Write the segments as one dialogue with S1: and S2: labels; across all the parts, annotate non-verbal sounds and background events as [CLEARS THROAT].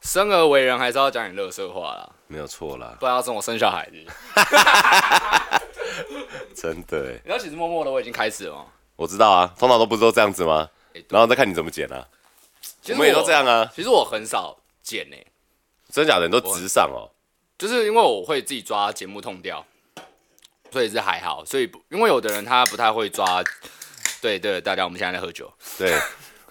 S1: 生而为人还是要讲点乐色话啦，
S2: 没有错啦，
S1: 不然要怎么生小孩子？你
S2: 真的耶，
S1: 知道其实默默的我已经开始了吗？
S2: 我知道啊，通常都不是都这样子吗？然后再看你怎么剪啊，
S1: 其实
S2: 我们也都这样啊
S1: 其实我很少剪呢、
S2: 真假的你都直上哦，
S1: 就是因为我会自己抓节目痛调，所以是还好。所以不因为有的人他不太会抓，对对，大家我们现在在喝酒，
S2: 对，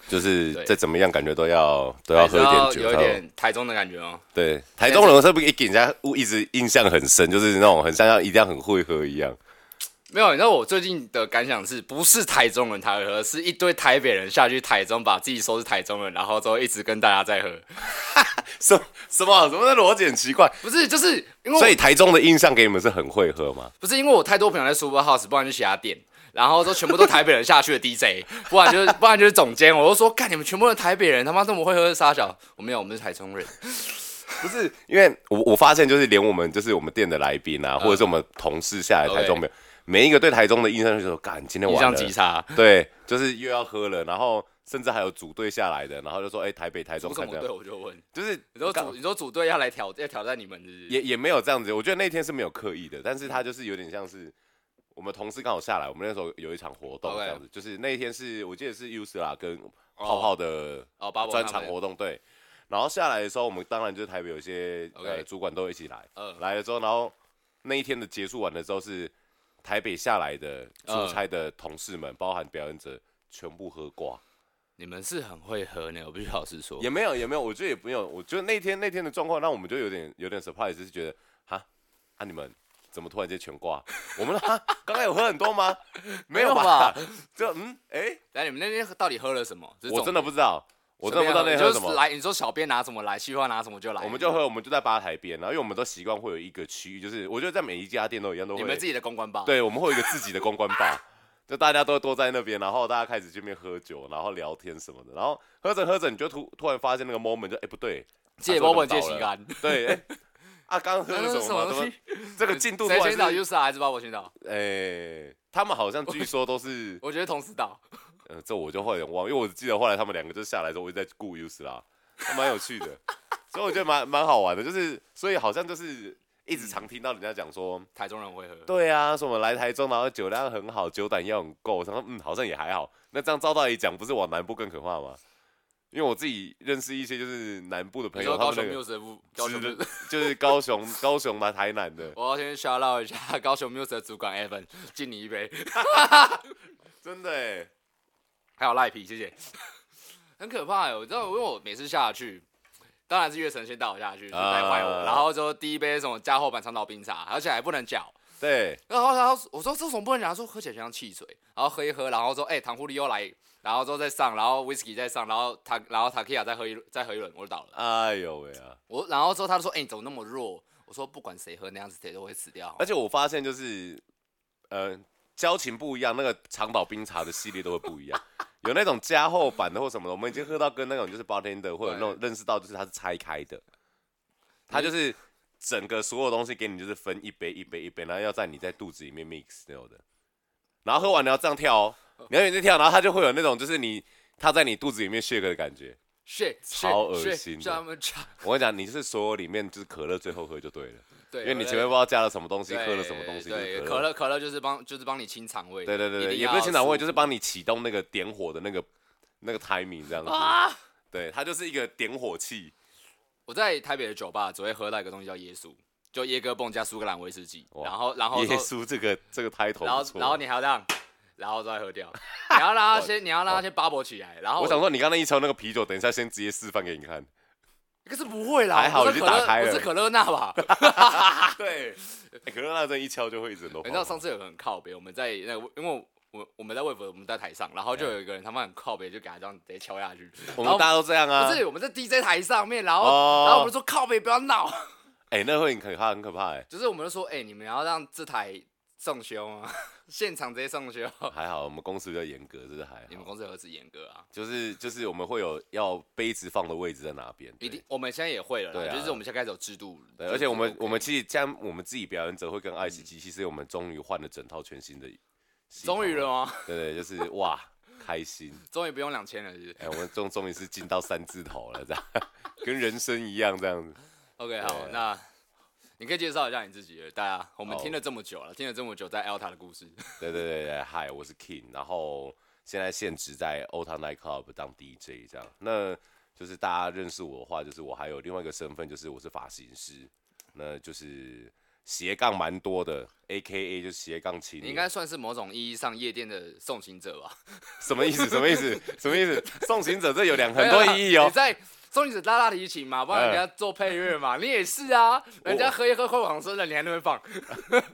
S2: 就是
S1: 对
S2: 再怎么样感觉都要都要喝一点
S1: 还是
S2: 酒，
S1: 要有一
S2: 然后
S1: 点台中的感觉哦。
S2: 对，台中人是不是一给人家一直印象很深，就是那种很像要一定要很会喝一样，
S1: 没有，你知道我最近的感想是不是台中人才会喝，是一堆台北人下去台中把自己说是台中人，然后之后一直跟大家在喝，
S2: 什么什么啊什么的逻辑很奇怪。
S1: 不是就是因为我
S2: 所以台中的印象给你们是很会喝吗？
S1: 不是因为我太多朋友在 Super House，不然就其他店，然后都全部都台北人下去的 DJ，不然就是不然就是总监，我就说干你们全部都台北人，他妈这么会喝沙小，我没有，我们是台
S2: [LAUGHS]
S1: 中人，
S2: 不是，因为我我发现就是连我们就是我们店的来宾啊，或者是我们同事下来台中
S1: OK
S2: 没有，每一个对台中哦的印象就是说，干今天
S1: 印
S2: 晚
S1: 象
S2: 了
S1: 极，差。 [LAUGHS]
S2: 对，就是又要喝了，然后甚至还有组队下来的，然后就说，哎、台北、台中
S1: 不什
S2: 看
S1: 么
S2: 这
S1: 队
S2: 样，
S1: 我就问，
S2: 就是
S1: 你说
S2: 干
S1: 组你说组队要来挑要挑战你们是不是？
S2: 也也没有这样子，我觉得那天是没有刻意的，但是他就是有点像是我们同事刚好下来，我们那时候有一场活动
S1: OK
S2: 这样子就是那一天是我记得是 Usla 跟泡泡的
S1: 哦八宝
S2: 专
S1: 他
S2: 场
S1: 们
S2: 活动，对。然后下来的时候，我们当然就是台北有一些
S1: OK
S2: 呃主管都一起来，
S1: 嗯
S2: 来了之后，然后那一天的结束完了之后是台北下来的出
S1: 嗯
S2: 差的同事们，包含表演者。全部喝挂
S1: 你们是很会喝呢，我必须老实说
S2: 也。没有也没有，我觉得也没有，我觉得那天那天的状况让我们就有点有点 surprise，就是觉得哈啊你们怎么突然间全挂？ [LAUGHS] 我们哈刚刚有喝很多
S1: [LAUGHS]
S2: 吗？没有吧？ [LAUGHS] 就嗯哎、
S1: 那你们那天到底喝了什么？这是
S2: 我
S1: 重
S2: 真
S1: 点
S2: 的不知道，我真的不知道那天
S1: 随便
S2: 喝
S1: 你
S2: 什
S1: 就是
S2: 么。
S1: 来，你说小编拿什么来，西瓜拿什么就来，
S2: 我们就喝，我们就在吧台边，然后因为我们都习惯会有一个区域，就是我觉得在每一家店都一样，都
S1: 你
S2: 会
S1: 们自己的公关吧。
S2: 对，我们会有一个自己的公关吧， [LAUGHS] 就大家都都在那边，然后大家开始这边喝酒，然后聊天什么的，然后喝着喝着你就突突然发现那个 moment 就哎、不对，
S1: 借
S2: 啊这个
S1: moment
S2: 倒
S1: 借
S2: 了
S1: 洗
S2: [LAUGHS]
S1: 干。
S2: 对，哎啊刚刚喝了
S1: [LAUGHS]
S2: 什么吗？怎么这个进度突
S1: 谁
S2: 然
S1: 先倒
S2: 是？
S1: 就是啊还是包我先倒？
S2: 哎、他们好像据说都是，
S1: 我觉得同时倒。
S2: 呃，这我就会有点忘，因为我只记得后来他们两个就下来的时候，我一直在顾 US 啦，还蛮有趣的，所以我觉得蛮蛮好玩的，就是所以好像就是一直常听到人家讲说，
S1: 台中人会喝，
S2: 对啊，什么来台中，然后酒量很好，酒胆要很够，然后嗯，好像也还好，那这样照道理讲，不是往南部更可怕吗？因为我自己认识一些就是南部的朋
S1: 你
S2: 友，
S1: 说
S2: 他
S1: 高
S2: 们
S1: 雄
S2: 那
S1: Muse
S2: 个
S1: 的不？高雄
S2: 是
S1: Muse，
S2: 就是高雄、高雄嘛、台南的，
S1: 我要先 shout out 一下高雄 Muse 的主管 Evan，敬你一杯，
S2: 真的欸，
S1: 还有赖皮，谢 [LAUGHS] 谢。很可怕哎，我知道，因为我每次下去，当然是月神先带我下去，就带坏我，
S2: 啊
S1: 然后之后第一杯什么加厚版长岛冰茶，而且还不能搅。
S2: 对，
S1: 然后他我说这种不能讲，他说喝起来像汽水，然后喝一喝，然后说哎、糖葫芦又来，然后之后再上，然后 whisky 再上，然后塔然后塔 Kia 再喝一再喝一轮，我就倒了。
S2: 哎呦喂啊！
S1: 我然后之后他就说哎、你怎么那么弱？我说不管谁喝那样子谁都会死掉。
S2: 而且我发现就是，呃，交情不一样，那个长岛冰茶的系列都会不一样，有那种加厚版的或什么的，我们已经喝到跟那种就是 bartender 或者那种认识到就是它是拆开的，它就是整个所有东西给你就是分一杯一杯一杯，然后要在你在肚子里面 mix 那种的，然后喝完你要这样跳哦，你要一直跳，然后它就会有那种就是你它在你肚子里面 shake 的感觉。
S1: shit，
S2: 超恶心的
S1: 专门查
S2: 我跟你讲，你就是所有里面就是可乐最后喝就对了，
S1: 对，
S2: 因为
S1: 我
S2: 你前面不知道加了什么东西，
S1: 对
S2: 喝了什么东西，就是
S1: 对，可乐可乐就是帮就是帮你清肠胃的，
S2: 对对
S1: 一
S2: 对对，
S1: 定
S2: 也
S1: 要
S2: 不是清肠胃，就是
S1: 舒
S2: 帮你启动那个点火的那个那个 timing 这样子。
S1: 服啊。
S2: 对，它就是一个点火器。
S1: 我在台北的酒吧只会喝到一个东西叫椰酥，就椰哥蹦加苏格兰威士忌，
S2: 哇
S1: 然后然后说
S2: 耶稣这个这个 title
S1: 然
S2: 不
S1: 后
S2: 错。
S1: 然后你还要这样，然后再喝掉，你要让他
S2: [LAUGHS]
S1: 先，你要让他先 bubble 起来，然后
S2: 我想说，你刚才一抽那个啤酒，等一下先直接示范给你看。
S1: 可是不会啦，
S2: 还好
S1: 我
S2: 你
S1: 是
S2: 就
S1: 可乐
S2: 打开了
S1: 我是可乐娜吧？ [LAUGHS]
S2: 对， [LAUGHS] 欸可乐那阵一敲就会一直都。
S1: 你知道上次有哎个很靠北，我们在那个，因为我我们在魏博，我们在台上，然后就有一个人他妈很靠北，就给他这样直接敲下去，
S2: 嗯
S1: 然
S2: 我们
S1: 后
S2: 大家都这样啊
S1: 不？是，我们在 DJ 台上面，然后、
S2: 哦
S1: 然后我们说靠北不要闹， [LAUGHS]
S2: 哎，那会很可怕，很可怕哎。
S1: 就是我们就说，哎、你们要让这台送修吗？ [LAUGHS] 现场直接送修。
S2: 还好我们公司比较严格，这是还
S1: 你们
S2: 好。
S1: 公司何止严格啊？
S2: 就是就是我们会有要杯子放的位置在哪边，
S1: 一
S2: 对
S1: 定，我们现在也会了
S2: 对
S1: 啦，
S2: 啊
S1: 就是我们现在开始有制度，
S2: 对，
S1: 就
S2: 而且我们
S1: 就
S2: 我
S1: OK 嗯
S2: 们其实像我们自己表演者会跟爱惜机器，所以我们终于换了整套全新的系统。
S1: 终于了吗？ [LAUGHS]
S2: 对对，就是哇，开心。
S1: 终于不用两千了，是不是
S2: 哎、我们终终于是进到三字头了，这样跟人生一样这样子。
S1: ？OK，好，那你可以介绍一下你自己了，大家，我们
S2: 好
S1: 听了这么久了，听了这么久在 Elta 的故事，
S2: 对对对对，嗨，我是 King，然后现在现职在 o t a Night Club 当 DJ 这样。那就是大家认识我的话，就是我还有另外一个身份，就是我是发型师，那就是斜杠蛮多的，A K A 就是斜杠青
S1: 你
S2: 年。
S1: 应该算是某种意义上夜店的送行者吧？
S2: 什么意思？什么意思？什么意思？送行者这有 [LAUGHS] 两很多意义哦
S1: [LAUGHS] 啊
S2: 嗯
S1: 你。在送行者拉拉提琴嘛，帮人家做配乐嘛，你也是啊，人家喝一喝快往生了，你还那边放，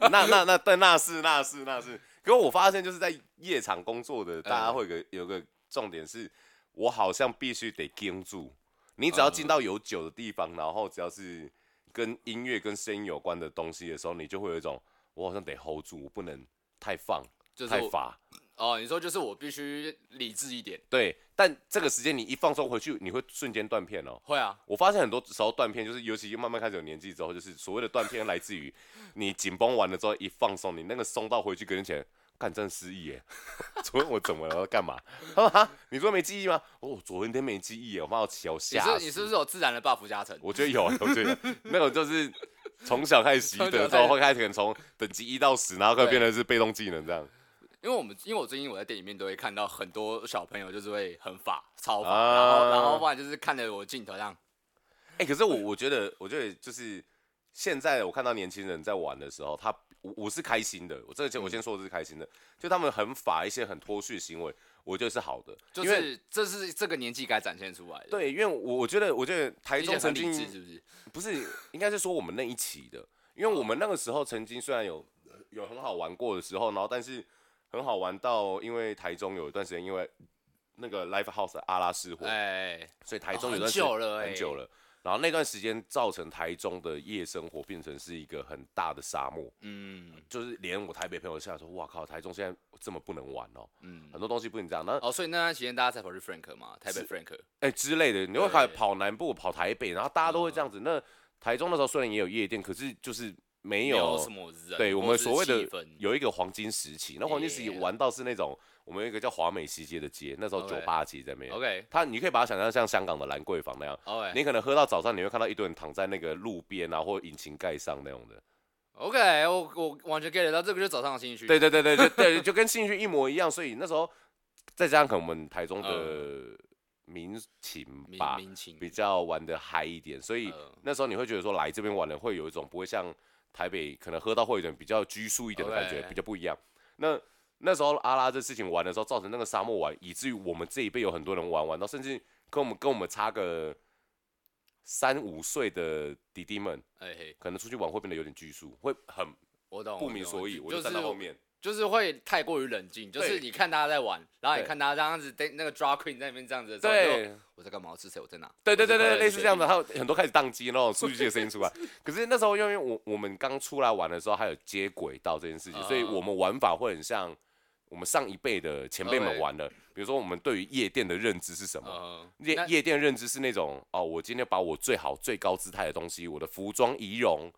S2: 那那那但那是那是那是，可我发现就是在夜场工作
S1: 嗯
S2: 的，大家会有个有个重点是，我好像必须得盯住。你
S1: 嗯
S2: 只要进到有酒的地方，然后只要是跟音乐跟声音有关的东西的时候，你就会有一种我好像得 hold 住，我不能太放
S1: 就是
S2: 太
S1: 我
S2: 发。
S1: 哦，你说就是我必须理智一点，
S2: 对，但这个时间你一放松回去，你会瞬间断片哦。
S1: 会啊，
S2: 我发现很多时候断片，就是尤其慢慢开始有年纪之后，就是所谓的断片来自于你紧绷完了之后一放松，你那个松到回去跟人前，干真的失忆耶！ [LAUGHS] 昨天我怎么了？干嘛？他说哈，你说没记忆吗？哦，我昨天没记忆耶，我妈我起我
S1: 你
S2: 吓
S1: 是
S2: 死
S1: 你是不是有自然的 buff 加成？
S2: 我觉得有，啊，我觉得那种就是从小开始习得之后，会开始可能从等级一到十，然后会变成是被动技能这样。
S1: 因为我们因为我最近我在店里面都会看到很多小朋友就是会很法超法，
S2: 啊
S1: 然后然后不然就是看着我镜头这样，
S2: 哎、可是我我觉得，我觉得就是现在我看到年轻人在玩的时候，他我我是开心的，我这个我
S1: 嗯
S2: 先说的是开心的，就他们很法一些很脱序的行为，我觉得是好的，
S1: 就
S2: 因为
S1: 是这是这个年纪该展现出来的。，
S2: 对，因为我我觉得我觉得台
S1: 一些
S2: 中
S1: 很
S2: 曾
S1: 理
S2: 经
S1: 智是不是？
S2: 不是应该是说我们那一期的，因为
S1: 哦
S2: 我们那个时候曾经虽然有有很好玩过的时候，然后但是很好玩到因为台中有一段时间因为那个 Live House 的阿拉斯火，
S1: 哎，
S2: 所以台
S1: 哦
S2: 中
S1: 很
S2: 有段时间
S1: 久了欸
S2: 很久了。然后那段时间造成台中的夜生活变成是一个很大的沙漠，
S1: 嗯
S2: 就是连我台北朋友下来说，哇靠，台中现在这么不能玩哦，
S1: 嗯，
S2: 很多东西不能这样。那
S1: 哦，所以那段时间大家才跑去 Frank 嘛，台北 Frank，
S2: 哎之类的，你会跑
S1: 对嗯
S2: 跑南部、跑台北，然后大家都会这样子。那台中那时候虽然也有夜店，可是就是没
S1: 没
S2: 有
S1: 什么人，
S2: 对我
S1: 或
S2: 们
S1: 是
S2: 所谓的
S1: 气氛
S2: 有一个黄金时期，那黄金时期
S1: Yeah
S2: 玩到是那种我们有一个叫华美西街的街，那时候
S1: OK
S2: 酒吧街在那边。
S1: OK
S2: 它你可以把它想象像香港的兰桂坊那样，
S1: OK
S2: 你可能喝到早上，你会看到一堆人躺在那个路边啊，或引擎盖上那种的。
S1: OK，我我完全 get 得到这个就是早上的兴趣。
S2: 对对对对对对，就跟兴趣一模一样。所以那时候再加上可能我们台中的嗯民情
S1: 民
S2: 吧，
S1: 民情
S2: 比较玩的嗨一点，所以
S1: 嗯
S2: 那时候你会觉得说来这边玩的会有一种不会像台北可能喝到会有一点比较拘束一点的感觉，
S1: OK
S2: 比较不一样。那那时候阿拉这事情玩的时候，造成那个沙漠玩，以至于我们这一辈有很多人玩玩到，甚至跟我们跟我们差个三五岁的弟弟们，
S1: 哎嘿，
S2: 可能出去玩会变得有点拘束，会很
S1: 我懂，
S2: 不
S1: 我
S2: 明
S1: 懂
S2: 所以，我
S1: 哦就
S2: 就是站到后面。
S1: 就是会太过于冷静，就是
S2: 对
S1: 你看大家在玩，然后你
S2: 对
S1: 看大家这样子，对那个 drag queen 在那边这样子的时候，
S2: 对
S1: 就，我在干嘛？我是谁？我在哪？
S2: 对对
S1: 我是
S2: 对
S1: 快乐
S2: 对，
S1: 的
S2: 类似
S1: 学
S2: 这样的，
S1: 弟。
S2: 还有很多开始宕机，然后数据机的声
S1: [LAUGHS]
S2: 音出来。可是那时候，因为我我们刚出来玩的时候，还有接轨道这件事情，所以
S1: 啊
S2: 我们玩法会很像我们上一辈的前辈们
S1: OK
S2: 玩的。比如说，我们对于夜店的认知是什么？
S1: 嗯，
S2: 夜
S1: 那
S2: 夜店认知是那种哦，我今天把我最好、最高姿态的东西，我的服装仪容，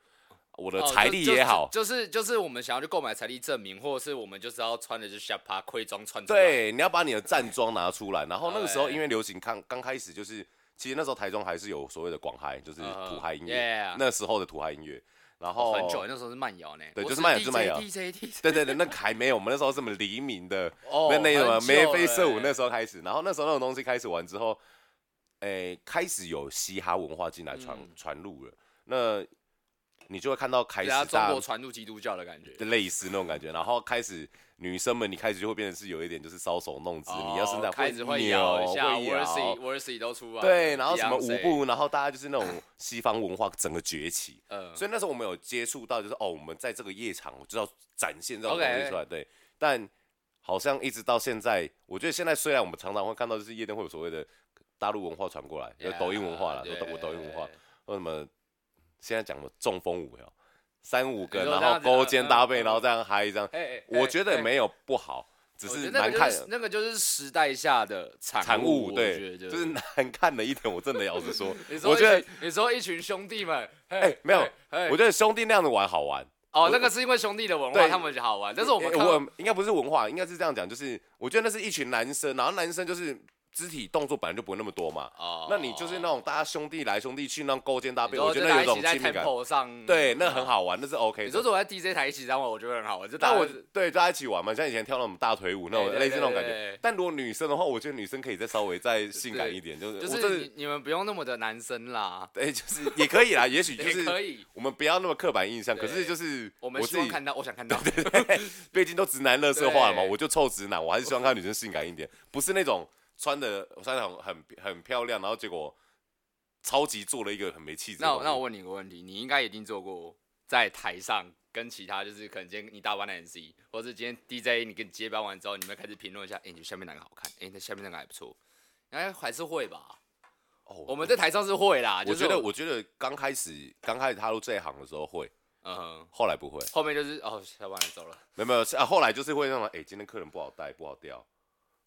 S2: 我的
S1: 哦
S2: 财
S1: 就
S2: 力
S1: 就
S2: 也好，
S1: 就是就是我们想要去购买财力证明，或者是我们就是要穿的就是下趴盔装穿出来，
S2: [LAUGHS] 对，你要把你的站桩拿出来。然后那个时候，
S1: 哎
S2: 因为流行刚刚开始，就是其实那时候台中还是有所谓的广嗨，就是
S1: 嗯哼
S2: 土嗨音乐
S1: yeah 哦
S2: 那时候的土嗨音乐。然后
S1: 很久那时候是慢摇呢，
S2: 哦对
S1: 我
S2: 就是慢摇就是慢
S1: [LAUGHS]
S2: 摇
S1: DJ DJ
S2: 对对对，那个还没有，我们那时候是我们黎明的，
S1: [LAUGHS] 哦
S2: 那那什么
S1: 很久
S2: 眉飞色舞
S1: 了
S2: 那时候开始，然后那时候那种东西开始玩之后，诶、开始有嘻哈文化进来传
S1: 嗯
S2: 传入了，那你就会看到开始
S1: 人家啊中
S2: 大
S1: 国传入基督教的感觉，
S2: 类似那种感觉，然后开始女生们，你开始就会变成是有一点就是搔首弄姿，
S1: 哦
S2: 你要身材
S1: 开始
S2: 会
S1: 会
S2: 扭
S1: 摇一下
S2: 会
S1: w o r s y
S2: 摇
S1: w o r s y 都出来了，
S2: 对，然后什么舞
S1: Beyonce，
S2: 步，然后大家就是那
S1: [LAUGHS]
S2: 种西方文化整个崛起，
S1: 嗯，
S2: 所以那时候我们有接触到，就是哦，我们在这个夜场，我就要展现这种
S1: OK
S2: 东西出来。对，但好像一直到现在，我觉得现在虽然我们常常会看到，就是夜店会有所谓的大陆文化传过来，有抖音文化了，
S1: 对
S2: 有抖抖音文化，或什么现在讲什么中风舞哟，三五个，
S1: 你说
S2: 然
S1: 这样
S2: 后
S1: 子
S2: 勾肩搭
S1: 嗯
S2: 背，
S1: 嗯
S2: 然后这样嗨这样。
S1: 哎哎，
S2: 我觉得
S1: 哎
S2: 没有不好，只
S1: 我觉
S2: 是
S1: 得那
S2: 难
S1: 个就
S2: 看。
S1: 那个就是时代下的产
S2: 产
S1: 物，
S2: 物
S1: 我
S2: 对，
S1: 觉得
S2: 就是难看了一点。我真的要是说
S1: [LAUGHS] 你，说
S2: 我
S1: 一
S2: 觉得
S1: 群你说一群兄弟们，
S2: 哎
S1: 哎
S2: 没有
S1: 哎，
S2: 我觉得兄弟那样子玩好玩，
S1: 哦，那个是因为兄弟的文化，
S2: 对
S1: 他们就好玩。但是我们
S2: 诶
S1: 看
S2: 我应该不是文化，应该是这样讲，就是我觉得那是一群男生，然后男生就是肢体动作本来就不会那么多嘛，
S1: 哦
S2: 那你就是那种大家兄弟来兄弟去那种勾肩搭背，
S1: 然后
S2: 我觉
S1: 就
S2: 得
S1: 大
S2: 那
S1: 家
S2: 有
S1: 一
S2: 种
S1: 起
S2: 亲
S1: 在
S2: 密感，
S1: tempo 嗯上，
S2: 对，那很。好玩，那是 OK 的。
S1: 你说如果在 DJ 台一起这样玩，我觉得很好玩。就大
S2: 但
S1: 家
S2: 我对大家一起玩嘛，像以前跳那种大腿舞那种
S1: 对对
S2: 类似那种感
S1: 对对
S2: 觉
S1: 对。
S2: 但如果女生的话，我觉得女生可以再稍微
S1: [LAUGHS]
S2: 再性感
S1: 对
S2: 一点，就是
S1: 就
S2: 我
S1: 是
S2: 这
S1: 你你们不用那么的男生啦，
S2: 哎，就是也可以啦，也许
S1: [LAUGHS]
S2: 就
S1: 也
S2: 是
S1: 可以。
S2: 我们不要那么刻板印象，可
S1: 对
S2: 是就是
S1: 我们希
S2: 自
S1: 望
S2: 己
S1: 看到，我想看
S2: [LAUGHS]
S1: 到。
S2: 毕竟都直男乐色化了嘛，
S1: 对
S2: 我就臭直男，我还是希望看到女生性感一点，不是那种穿的穿的很很很漂亮，然后结果超级做了一个很没气质的
S1: 那
S2: 东
S1: 我
S2: 西。
S1: 那我问你一个问题，你应该已经做过在台上跟其他就是可能今天你打完了 MC，或者是今天 DJ 你跟接班完之后，你们开始评论一下，哎、你觉得下面哪个好看？哎、那下面那个还不错，应该还是会吧？
S2: 哦
S1: 我们在台上是会啦，
S2: 我
S1: 就是
S2: 觉得我觉得刚开始刚开始踏入这一行的时候会，
S1: 嗯哼，
S2: 后来不会，
S1: 后面就是哦，下班了走了，
S2: 没有没有，啊后来就是会那种，哎、今天客人不好带，不好调，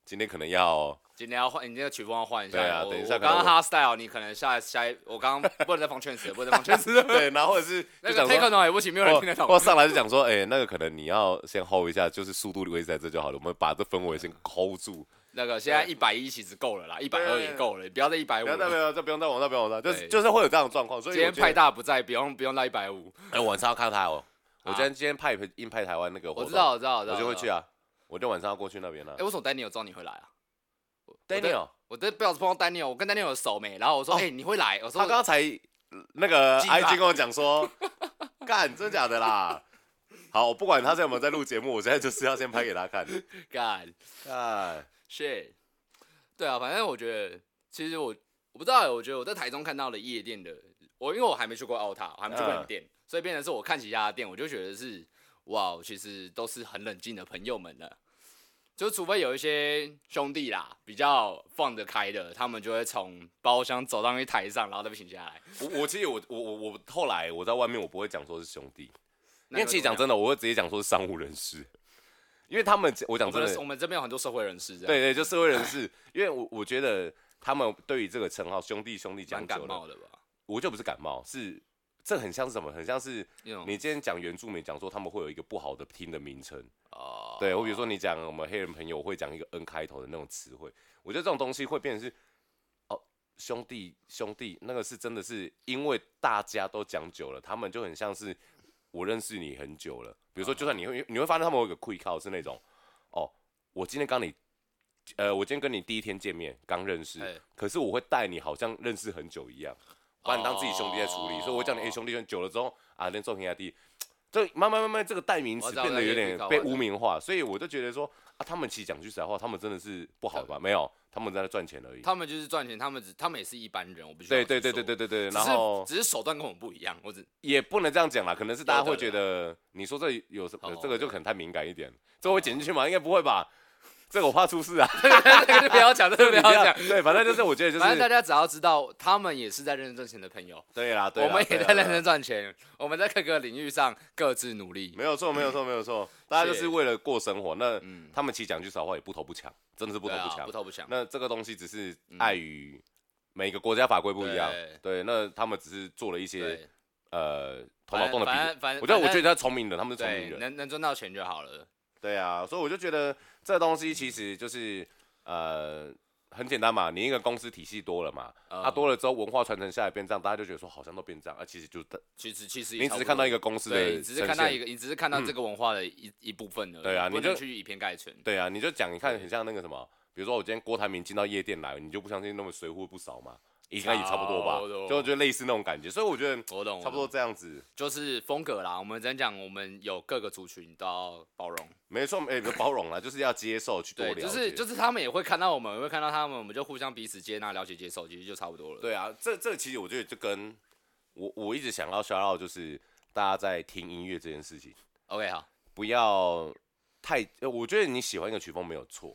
S2: 今天可能要
S1: 今天要换，你这个曲风要换一下。
S2: 对啊
S1: 我
S2: 等一下
S1: 我
S2: 可能
S1: 刚刚 hard
S2: 我
S1: style，你可能下下一，我刚刚不能再放劝词，不能再放劝词。
S2: [LAUGHS] 对，然后或者是
S1: 那
S2: 就
S1: 个
S2: 讲
S1: take
S2: 说。
S1: no 也不行，没有人听得
S2: 或
S1: 懂。
S2: 或上来就讲说，哎、那个可能你要先 hold 一下，就是速度维持在这就好了。我们把这氛围先 hold 住，
S1: 那个现在一百一其实够了啦，一百二也够了，不要再一百五
S2: 不要再不
S1: 了。
S2: 要再不用再往上，不用往上，就是
S1: 哎对
S2: 就是会有这样的状况。所以
S1: 今天
S2: 我觉得 [LAUGHS]
S1: 派大不在，不用不用到一百五。
S2: 哎、晚上要看他哦。我
S1: 啊
S2: 今天今天派硬派台湾那个活
S1: 我
S2: 动，
S1: 知道，我知道，我知道。
S2: 我就会去
S1: 啊。
S2: 啊。我就晚上要过去那边了、啊
S1: 哎、。为什么 Daniel 知道你会来啊
S2: Daniel，
S1: 我在不小心碰到 Daniel，我跟 Daniel 有熟没？然后我说，
S2: 哦
S1: 哎、你会来？我
S2: 他
S1: 说，
S2: 刚才那个
S1: 记吧
S2: IG 跟我讲说， [LAUGHS] 干，真假的啦。好，我不管他在有没有在录节目，我现在就是要先拍给他看。
S1: 干
S2: 干，
S1: shit。对啊，反正我觉得，其实我我不知道，欸我觉得我在台中看到了夜店的，我因为我还没去过奥塔，我还没去过你
S2: 嗯
S1: 店，所以变成是我看其他的店，我就觉得是哇，哦其实都是很冷静的朋友们了。就除非有一些兄弟啦，比较放得开的，他们就会从包厢走到一台上，然后再被请下来。
S2: [LAUGHS] 我我其实我我我我后来我在外面我不会讲说是兄弟，因
S1: 那
S2: 为
S1: 你会
S2: 其
S1: 怎
S2: 实讲
S1: 么
S2: 真的，我会直接讲说是商务人士，因为他们我讲
S1: 我
S2: 真的
S1: 们，我们这边有很多社会人士，这样
S2: 对对，就社会
S1: [LAUGHS]
S2: 人士，因为我我觉得他们对于这个称号兄弟兄弟讲
S1: 蛮感
S2: 久了
S1: 冒的吧？
S2: 我就不是感冒，是这很像是什么？很像是
S1: 那种
S2: 你今天讲原住民，讲说他们会有一个不好的听的名称，
S1: 哦，
S2: 对，或比如说你讲我们黑人朋友我会讲一个 N 开头的那种词汇，我觉得这种东西会变成是哦兄弟兄弟，那个是真的是因为大家都讲久了，他们就很像是我认识你很久了，比如说就算你会你会发现他们有一个 quick call 是那种哦，我今天刚你。呃，我今天跟你第一天见面，刚认识
S1: 哎，
S2: 可是我会带你好像认识很久一样，把你当自己兄弟在处理，所以我会叫你哎、
S1: 哦
S2: 兄弟，兄弟久了之后啊，连做平下地，这慢慢慢慢这个代名
S1: 我
S2: 词
S1: 知道
S2: 变得有点
S1: 我知道
S2: 被
S1: 我知道
S2: 污名化，所以我就觉得说啊，他们其实讲句实在话，他们真的是不好吧？没有，他们在那赚钱而已。
S1: 他们就是赚钱，他们只他们也是一般人，我必须
S2: 对
S1: 老实
S2: 对对
S1: 说
S2: 对对，对对，
S1: 只是
S2: 然后
S1: 只是手段跟我们不一样，我只 [LAUGHS]
S2: 也不能这样讲啦，可能是大家会
S1: 有的
S2: 觉得你说这有什么
S1: 哦，
S2: 这个就可能太敏感一点，这会剪进去吗？应该不会吧？这个我怕出事啊，
S1: 这个就不要讲，这个
S2: 你
S1: 就不要讲。
S2: 对，反正就是我觉得就
S1: 反正大
S2: 是
S1: 家只要知道，他们也是在认真赚钱的朋友，
S2: 对啦，对
S1: 我
S2: 啦
S1: 们也
S2: 对啦
S1: 在认
S2: 对啦啊
S1: 真赚钱，我们在各个领域上各自努力。
S2: 没有错，没有错，没有错，大家就是
S1: 是
S2: 为了过生活。那
S1: 嗯
S2: 他们其实讲句实话，也不偷不抢，真的是不偷
S1: 对啊
S2: 不抢
S1: 不。偷嗯不抢。
S2: 那这个东西只是碍于每个国家法规不一样，对，那他们只是做了一些
S1: 对，
S2: 呃头脑动的比
S1: 反正
S2: 喻。
S1: 反正
S2: 我觉得，我觉得
S1: 得
S2: 他聪明的，他们是聪明
S1: 对，
S2: 人，
S1: 能能赚到钱就好了。
S2: 对啊，所以我就觉得这东西其实就是呃很简单嘛，你一个公司体系多了嘛，它、
S1: 嗯
S2: 多了之后文化传承下来变这样，大家就觉得说好像都变这样，啊，其实就
S1: 其实其实也
S2: 你
S1: 差不
S2: 只是
S1: 多
S2: 看到一个公司的
S1: 对，你
S2: 呈
S1: 只
S2: 现，嗯
S1: 是看到一个，你只是看到这个文化的一一部分而已。
S2: 对啊
S1: 不
S2: 你
S1: 能
S2: 就
S1: 去以偏概全。
S2: 对啊，你就讲，你看
S1: 对
S2: 很像那个什么，比如说我今天郭台铭进到夜店来，你就不相信那么水货不少嘛，应该也差不多吧
S1: 差不，多
S2: 就我觉得类似那种感觉，所以我觉得
S1: 我懂，我
S2: 差不多
S1: 懂
S2: 这样子，
S1: 就是风格啦。我们只能讲，我们有各个族群都要包容。
S2: 没错，哎、不包容啦，就是要接受去多
S1: 对，
S2: 了解，
S1: 就是就是他们也会看到我们，也会看到他们，我们就互相彼此接纳、了解、接受，其实就差不多了。
S2: 对啊，这这其实我觉得就跟我我一直想要 shout out 就是大家在听音乐这件事情，
S1: ，OK，好，
S2: 不要太，呃我觉得你喜欢一个曲风没有错，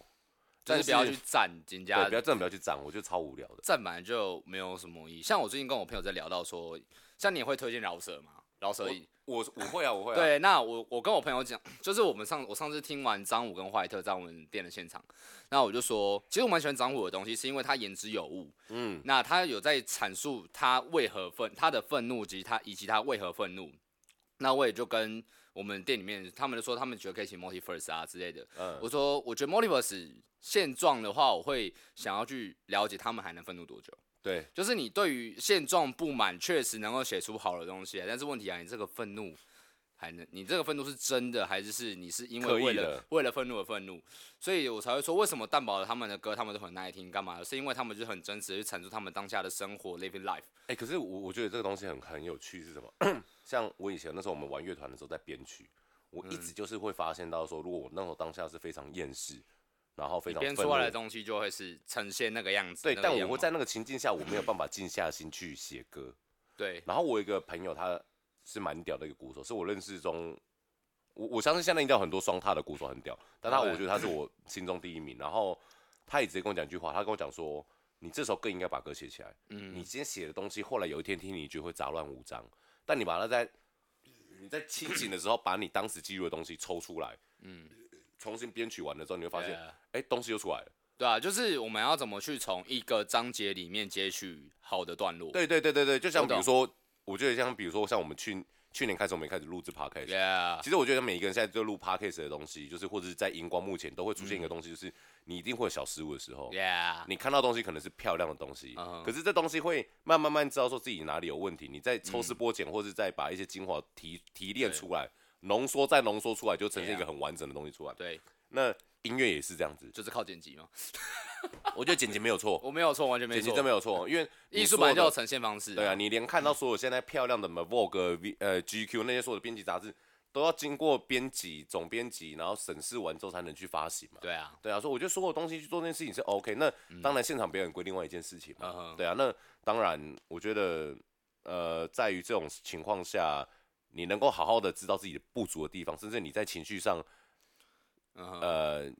S1: 但
S2: 但
S1: 是
S2: 是
S1: 不要去占人
S2: 对，
S1: 家
S2: 不，要真的不要去涨，我觉得超无聊的。
S1: 占满就没有什么意义。像我最近跟我朋友在聊到说，像你也会推荐饶舌吗？饶舌一
S2: 我我会啊，我会啊，
S1: 对，那我我跟我朋友讲，就是我们上我上次听完张武跟怀特在我们店的现场，那我就说，其实我蛮喜欢张武的东西，是因为他言之有物，
S2: 嗯，
S1: 那他有在阐述他为何愤，他的愤怒及他以及他为何愤怒。那我也就跟我们店里面，他们就说他们觉得可以请 Multiverse 啊之类的。
S2: 嗯
S1: 我说我觉得 Multiverse 现状的话，我会想要去了解他们还能奋斗多久。
S2: 对，
S1: 就是你对于现状不满，确实能够写出好的东西来，但是问题啊，你这个愤怒还能，你这个愤怒是真的，还是是你是因为
S2: 刻意
S1: 为
S2: 的
S1: 了为了愤怒而愤怒？所以我才会说，为什么蛋堡的他们的歌他们都很耐听，干嘛？是因为他们就是很真实，去阐述他们当下的生活，living life。
S2: 哎、可是我我觉得这个东西很很有趣是什么？ [CLEARS THROAT] 像我以前那时候我们玩乐团的时候在编曲，我
S1: 嗯
S2: 一直就是会发现到说，如果我那时候当下是非常厌世，然后非
S1: 你
S2: 常
S1: 编
S2: 愤
S1: 出来的
S2: 怒
S1: 东西就会是呈现那个样子。
S2: 对，
S1: 那个
S2: 但
S1: 样
S2: 我会
S1: 貌
S2: 在那个情境下，我没有办法静下心去写歌。
S1: 对
S2: 然后我有一个朋友，他是蛮屌的一个鼓手，是我认识中，我我相信现在应该有很多双踏的鼓手很屌，但他
S1: 当
S2: 我
S1: 然
S2: 觉得他是我心中第一名。然后他也直接跟我讲一句话，他跟我讲说：“你这首歌应该把歌写起来，嗯，你今天写的东西，后来有一天听你觉得会杂乱无章，但你把它在你在清醒的时候，把你当时记录的东西抽出来，嗯，重新编曲完了之后，你会发现，
S1: 对
S2: 哎、
S1: 啊
S2: 东西又出来了。”
S1: 对啊，就是我们要怎么去从一个章节里面截取好的段落。
S2: 对对对对对，就像
S1: 我
S2: 比
S1: 懂
S2: 如说，我觉得像比如说像我们去去年开始，我们也开始录制
S1: 嗯
S2: podcast。
S1: ，Yeah，
S2: 其实我觉得每一个人现在都录 podcast 的东西，就是或者是在荧光幕前都会出现一个东西，就是你一定会有小失误的时候。
S1: Yeah，
S2: 你看到东西可能是漂亮的东西
S1: 嗯哼
S2: 可是这东西会慢慢慢知道说自己哪里有问题。你再抽丝剥茧，或是再把一些精华提提炼出来，浓缩再浓缩出来，就呈现一个很完整的东西出来。
S1: 对，
S2: 那音乐也是这样子，
S1: 就是靠剪辑嘛。
S2: 我觉得剪辑没有错，
S1: 我没有错，完全没
S2: 剪辑
S1: 错
S2: 真。没有错，因为你
S1: 艺术
S2: 所有
S1: 本来就
S2: 的
S1: 有呈现方式、
S2: 对啊，，你连看到所有现在漂亮的什么 Vogue、V 呃 GQ 那些所有的编辑杂志，都要经过编辑、总编辑，然后审视完之后才能去发行嘛。
S1: 对啊，
S2: 对啊，所以我觉得所有东西去做这件事情是 OK。那当然，现场表演归另外一件事情嘛。
S1: 嗯哼
S2: 对啊，那当然，我觉得呃，在于这种情况下，你能够好好的知道自己的不足的地方，甚至你在情绪上
S1: 嗯哼，
S2: 呃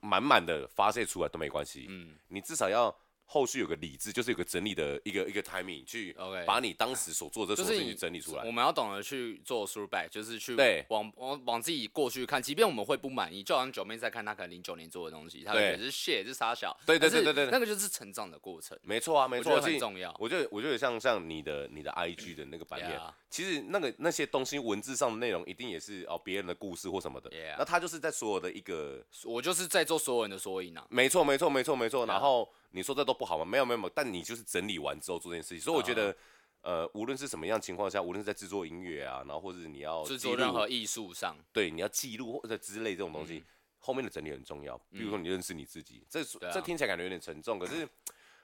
S2: 满满的发泄出来都没关系。
S1: 嗯，
S2: 你至少要后续有个理智，就是有个整理的一个一个 timing 去
S1: OK
S2: 把你当时所做的这
S1: 就
S2: 所
S1: 是
S2: 有事情
S1: 你
S2: 整理出来
S1: 我。们要懂得去做 t h r o u g back，就是去
S2: 对
S1: 往往往自己过去看，即便我们会不满意，就好像九妹在看她可能零九年做的东西，她会
S2: 对
S1: 觉得是 shit，是傻小，
S2: 对对
S1: 但
S2: 对
S1: 是
S2: 对对对
S1: 那个就是成长的过程，
S2: 没错啊，没
S1: 我
S2: 错
S1: 觉
S2: 啊，
S1: 得
S2: 所以
S1: 很重要。
S2: 我觉得我觉得像像你的你的 IG 的那个版面
S1: Yeah
S2: 其实那个那些东西文字上的内容一定也是哦别人的故事或什么的
S1: Yeah
S2: 那他就是在所有的一个
S1: 我就是在做所有人的缩影啊，
S2: 没错没错没错没错。
S1: Yeah
S2: 然后你说这都不好吗？没有没有没有，但你就是整理完之后做这件事情，所以我觉得。
S1: 嗯
S2: 呃，无论是什么样情况下，无论是在制作音乐啊，然后或者是你要
S1: 制
S2: 记
S1: 作
S2: 录
S1: 任何嗯艺术上，
S2: 对，你要记录或者之类这种东西，后面的整理很重要。比如说你认识你自己，这
S1: 嗯对啊
S2: 这听起来感觉有点沉重，可是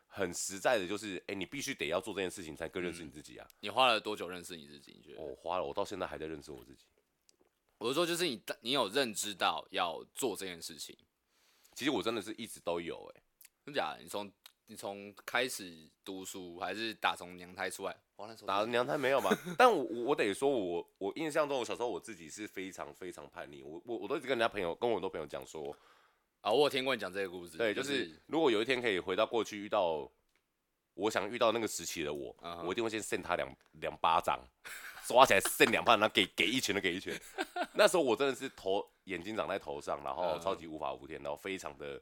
S2: 很实在的，就是哎、你必须得要做这件事情才更认
S1: 嗯
S2: 识你自己啊。哦
S1: 你花了多久认识你自己？你觉得？
S2: 我、花了，我到现在还在认识我自己。
S1: 我是说，就是你你有认知到要做这件事情，
S2: 其实我真的是一直都有哎、
S1: 真假的？你从你从开始读书，还是打从娘胎出来？哇，那时候
S2: 打娘胎没有嘛？但我我我得说我，我印象中，我小时候我自己是非常非常叛逆，我我我都一直跟人家朋友，跟我很多朋友讲说，
S1: 啊，我有听过你讲这个故事，
S2: 对，就
S1: 就是
S2: 如果有一天可以回到过去，遇到我想遇到那个时期的我
S1: 嗯哼
S2: 我一定会先扇他两两巴掌，抓起来扇两巴掌，然后给给一拳就给一拳。那时候我真的是头眼睛长在头上，然后
S1: 嗯
S2: 超级无法无天，然后非常的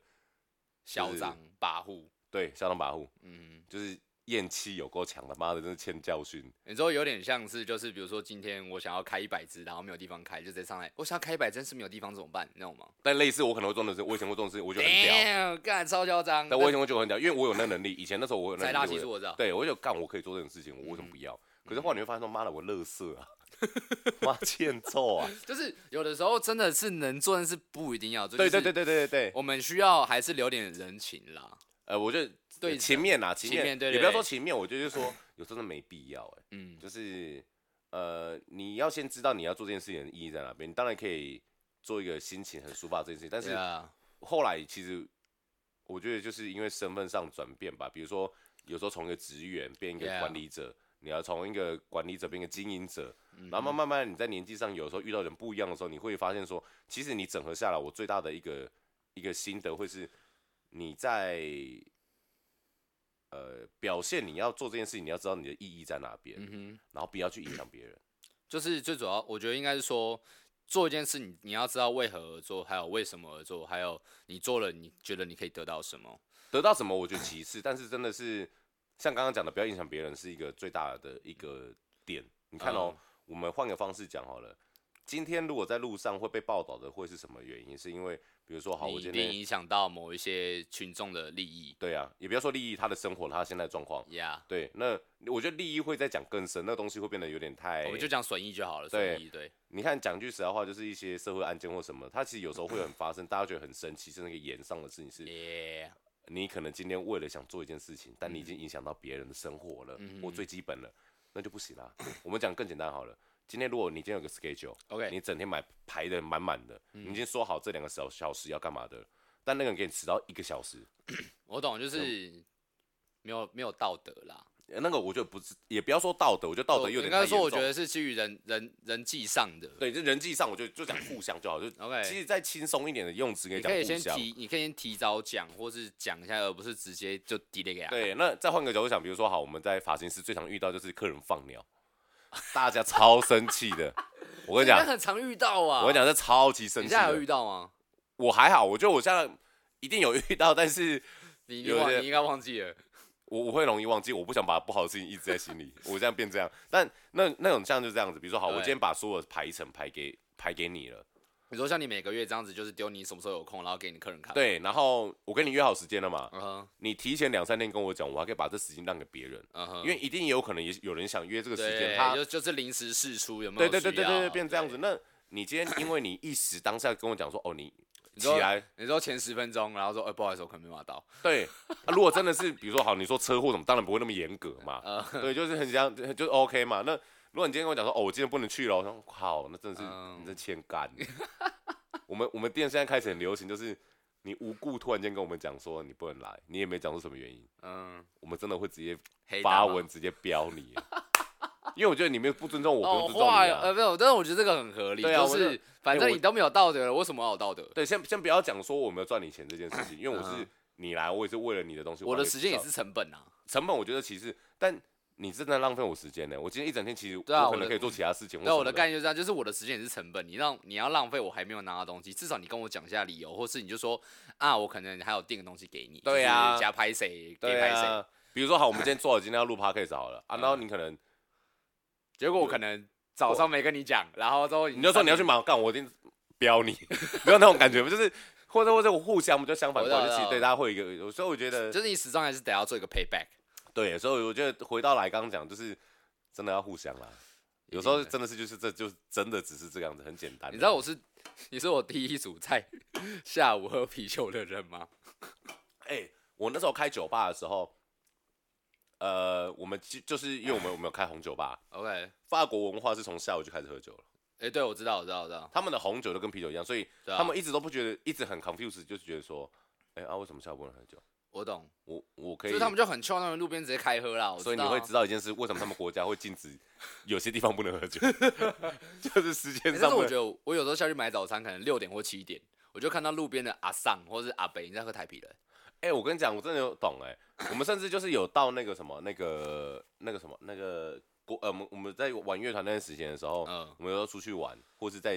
S1: 嚣
S2: 是
S1: 张跋扈，
S2: 对嚣张跋扈，
S1: 嗯，
S2: 就是厌气有够强的，妈的，真是欠教训。
S1: 你说有点像是就是比如说今天我想要开一百只，然后没有地方开，就直接上来，我想要开一百只，是没有地方怎么办？你知道吗
S2: 但类似我可能会做的事，我以前会做的事，我觉得很屌。
S1: ？Damn，干超嚣张，
S2: 但我以前会觉得很屌，因为我有那能力。以前那时候我有那
S1: 财
S2: 能
S1: 大
S2: 力，
S1: 气
S2: 我
S1: 粗，我知道，
S2: 对，我就干，我可以做这种事情，我为
S1: 嗯
S2: 什么不要？可是后来你会发现说，妈的，我乐色
S1: [LAUGHS]
S2: 啊，妈欠揍啊！
S1: 就是有的时候真的是能做，但是不一定要做，
S2: 对
S1: 就
S2: 对
S1: 是
S2: 对对对对对，
S1: 我们需要还是留点人情啦。
S2: 呃，我觉得
S1: 对着
S2: 呃情面啊，情
S1: 情
S2: 面，
S1: 面对
S2: 也
S1: 对
S2: 不要
S1: 对
S2: 说情面，我觉得就是说有真的没必要哎、
S1: 嗯，
S2: 就是呃，你要先知道你要做这件事情的意义在哪边。你当然可以做一个心情很抒发这件事情，但
S1: 对
S2: 是
S1: 啊，
S2: 后来其实我觉得就是因为身份上转变吧，比如说有时候从一个职员变一个
S1: Yeah
S2: 管理者。你要从一个管理者变一个经营者，
S1: 嗯
S2: 然后慢慢慢，你在年纪上有时候遇到人不一样的时候，你会发现说，其实你整合下来，我最大的一个一个心得会是，你在呃表现你要做这件事情，你要知道你的意义在哪边，
S1: 嗯哼。
S2: 然后不要去影响别人。
S1: 就是最主要，我觉得应该是说，做一件事你你要知道为何而做，还有为什么而做，还有你做了你觉得你可以得到什么。
S2: 得到什么我觉得其次，但是真的是像刚刚讲的，不要影响
S1: 嗯
S2: 别人是一个最大的一个点。你看哦，我们换个方式讲好了，今天如果在路上会被报道的，会是什么原因？是因为比如说，好，
S1: 你
S2: 我
S1: 一
S2: 今
S1: 定
S2: 天
S1: 影响到某一些群众的利益
S2: 对啊，也不要说利益他的生活，他现在的状况。
S1: 呀。
S2: 对，那我觉得利益会再讲更深，那个东西会变得有点太
S1: Yeah，我们就哦讲损益就好了，损益对，
S2: 你看，讲句实在话，就是一些社会案件或什么，它其实有时候会很发生，大家觉得很生气，是那个延上的事情是，
S1: 耶，
S2: 你可能今天为了想做一件事情，但你已经影响到别人的生活了，或最基本了，那就不行啦。我们讲更简单好了，今天如果你今天有个 schedule，
S1: OK
S2: 你整天买排的满满的，你已经说好这两个小小时要干嘛的，但那个人给你迟到一个小时，
S1: 我懂，就是没有没有道德啦。
S2: 呃那个我觉得不是，也不要说道德，我觉得道德
S1: 我
S2: 有
S1: 应
S2: 点
S1: 该
S2: 太
S1: 说，我
S2: 严
S1: 觉
S2: 重
S1: 得是基于人人人际上的。
S2: 对，就人际上，我就就 [CLEARS THROAT] 讲互相就好，就
S1: OK
S2: 其实再轻松一点的用词跟
S1: 你
S2: 讲
S1: 可以
S2: 互
S1: 先
S2: 相。
S1: 提，你可以先提早讲，或是讲一下，而不是直接就滴了给他。
S2: 对，那再换个角度想，比如说好，我们在发型室最常遇到就是客人放鸟，大家超生气的。我跟你
S1: 那
S2: [LAUGHS] 讲，
S1: 很常遇到啊。
S2: 我跟你讲，这超级生
S1: 你
S2: 气
S1: 现在有
S2: 的
S1: 遇。到吗？
S2: 我还好，我觉得我现在一定有遇到，但是
S1: 你你
S2: 有一
S1: 忘
S2: 些
S1: 你应该忘记了。
S2: 我我会容易忘记，我不想把不好的事情一直在心
S1: [LAUGHS]
S2: 里，我这样变这样。但那那种像就这样子，比如说好，我
S1: 对
S2: 今天把所有的排程排给排给你了，
S1: 你说像你每个月这样子，就是丢你什么时候有空，然后给你客人看。，
S2: 对，然后我跟你约好时间了嘛，
S1: 嗯哼，
S2: 你提前两三天跟我讲，我还可以把这时间让给别人，
S1: 嗯哼，
S2: 因为一定也有可能也有人想约这个时间，
S1: 对，
S2: 他
S1: 就就是临时试出有没
S2: 对
S1: 有？
S2: 对对对对对，变这样子。。那你今天因为你一时当下跟我讲说，哦，你
S1: 你
S2: 起
S1: 说
S2: 来，
S1: 你说前十分钟，然后说，哎，不好意思，我可能没办法到。
S2: 对，啊、如果真的是比如说好，你说车祸什么，当然不会那么严格嘛，
S1: 嗯
S2: 对，就是很像，就是 OK 嘛。那如果你今天跟我讲说，哦，我今天不能去了，我说靠，那真的是、
S1: 嗯
S2: 你这欠干。我们我们店现在开始很流行，就是你无故突然间跟我们讲说你不能来，你也没讲出什么原因，
S1: 嗯，
S2: 我们真的会直接
S1: 黑啊
S2: 发
S1: 大妈
S2: 文直接标你，因为我觉得你没有不尊重我，不
S1: 哦，
S2: 用尊重你、啊
S1: 呃，没有，但是我觉得这个很合理，
S2: 对啊
S1: 就
S2: 我
S1: 是
S2: 就
S1: 反
S2: 哎
S1: 正
S2: 我
S1: 你都没有道德了，为什么要有道德？
S2: 对，先先不要讲说我没有赚你钱这件事情，因为我
S1: 嗯
S2: 是你来，我也是为了你的东西。
S1: 我
S2: 把
S1: 的
S2: 你
S1: 时间也
S2: 制造
S1: 是成本啊，
S2: 成本，我觉得其实，但你真的浪费我时间呢。我今天一整天其实我
S1: 对啊
S2: 可
S1: 我的
S2: 能可以做其他事情或什么。
S1: 对，啊我的概念就是这样，就是我的时间也是成本，你让你要浪费我还没有拿到东西，至少你跟我讲一下理由，或是你就说啊，我可能还有订个东西给你，
S2: 对啊
S1: 就是加拍谁给
S2: 对
S1: 拍谁，嗯
S2: 啊。比如说好，我们今天做好今天要录 podcast 好了啊，然后你可能
S1: 结果我可能早上没跟你讲，然后之后
S2: 你就说你要去，忙干，我一定标你， [LAUGHS] 没有那种感觉，就是或者或者我互相我们就相反
S1: 我知
S2: 过
S1: 道
S2: 来，就其
S1: 我
S2: 实
S1: 知道
S2: 对大家会有一个，所以我觉得
S1: 就是你始终还是得要做一个 payback，
S2: 对，所以我觉得回到来刚刚讲，就是真的要互相啦。有时
S1: 一
S2: 候
S1: 定的
S2: 真的是就是这就是真的只是这样子，很简单的。
S1: 你知道我是你是我第一组
S2: [LAUGHS]
S1: 在下午喝啤酒的人吗？
S2: 哎、我那时候开酒吧的时候，呃，我们就就是因为我们我们有开红酒吧，
S1: OK，哎、
S2: 法国文化是从下午就开始喝酒了，
S1: 对，我知道，我知道，我知道，
S2: 他们的红酒都跟啤酒一样，所以
S1: 对啊
S2: 他们一直都不觉得，一直很 confused，就是觉得说，哎、啊，为什么下午不能喝酒？
S1: 我懂，
S2: 我我可
S1: 就
S2: 以
S1: 是，他们就很臭，他们路边直接开喝啦，我
S2: 所以
S1: 知
S2: 你
S1: 道啊
S2: 会知道一件事，为什么他们国家会禁止有些地方不能喝 [LAUGHS] 酒，哎就是时间
S1: 欸但
S2: 上
S1: 是我
S2: 面
S1: 觉。得我有时候下去买早餐，可能六点或七点，我就看到路边的阿尚或是阿北你在喝台啤了。
S2: 哎、我跟你讲，我真的有懂哎、我们甚至就是有到那个什么那个那个什么那个国呃，我们我们在玩乐团那段时间的时候，
S1: 嗯
S2: 我们要出去玩，或是在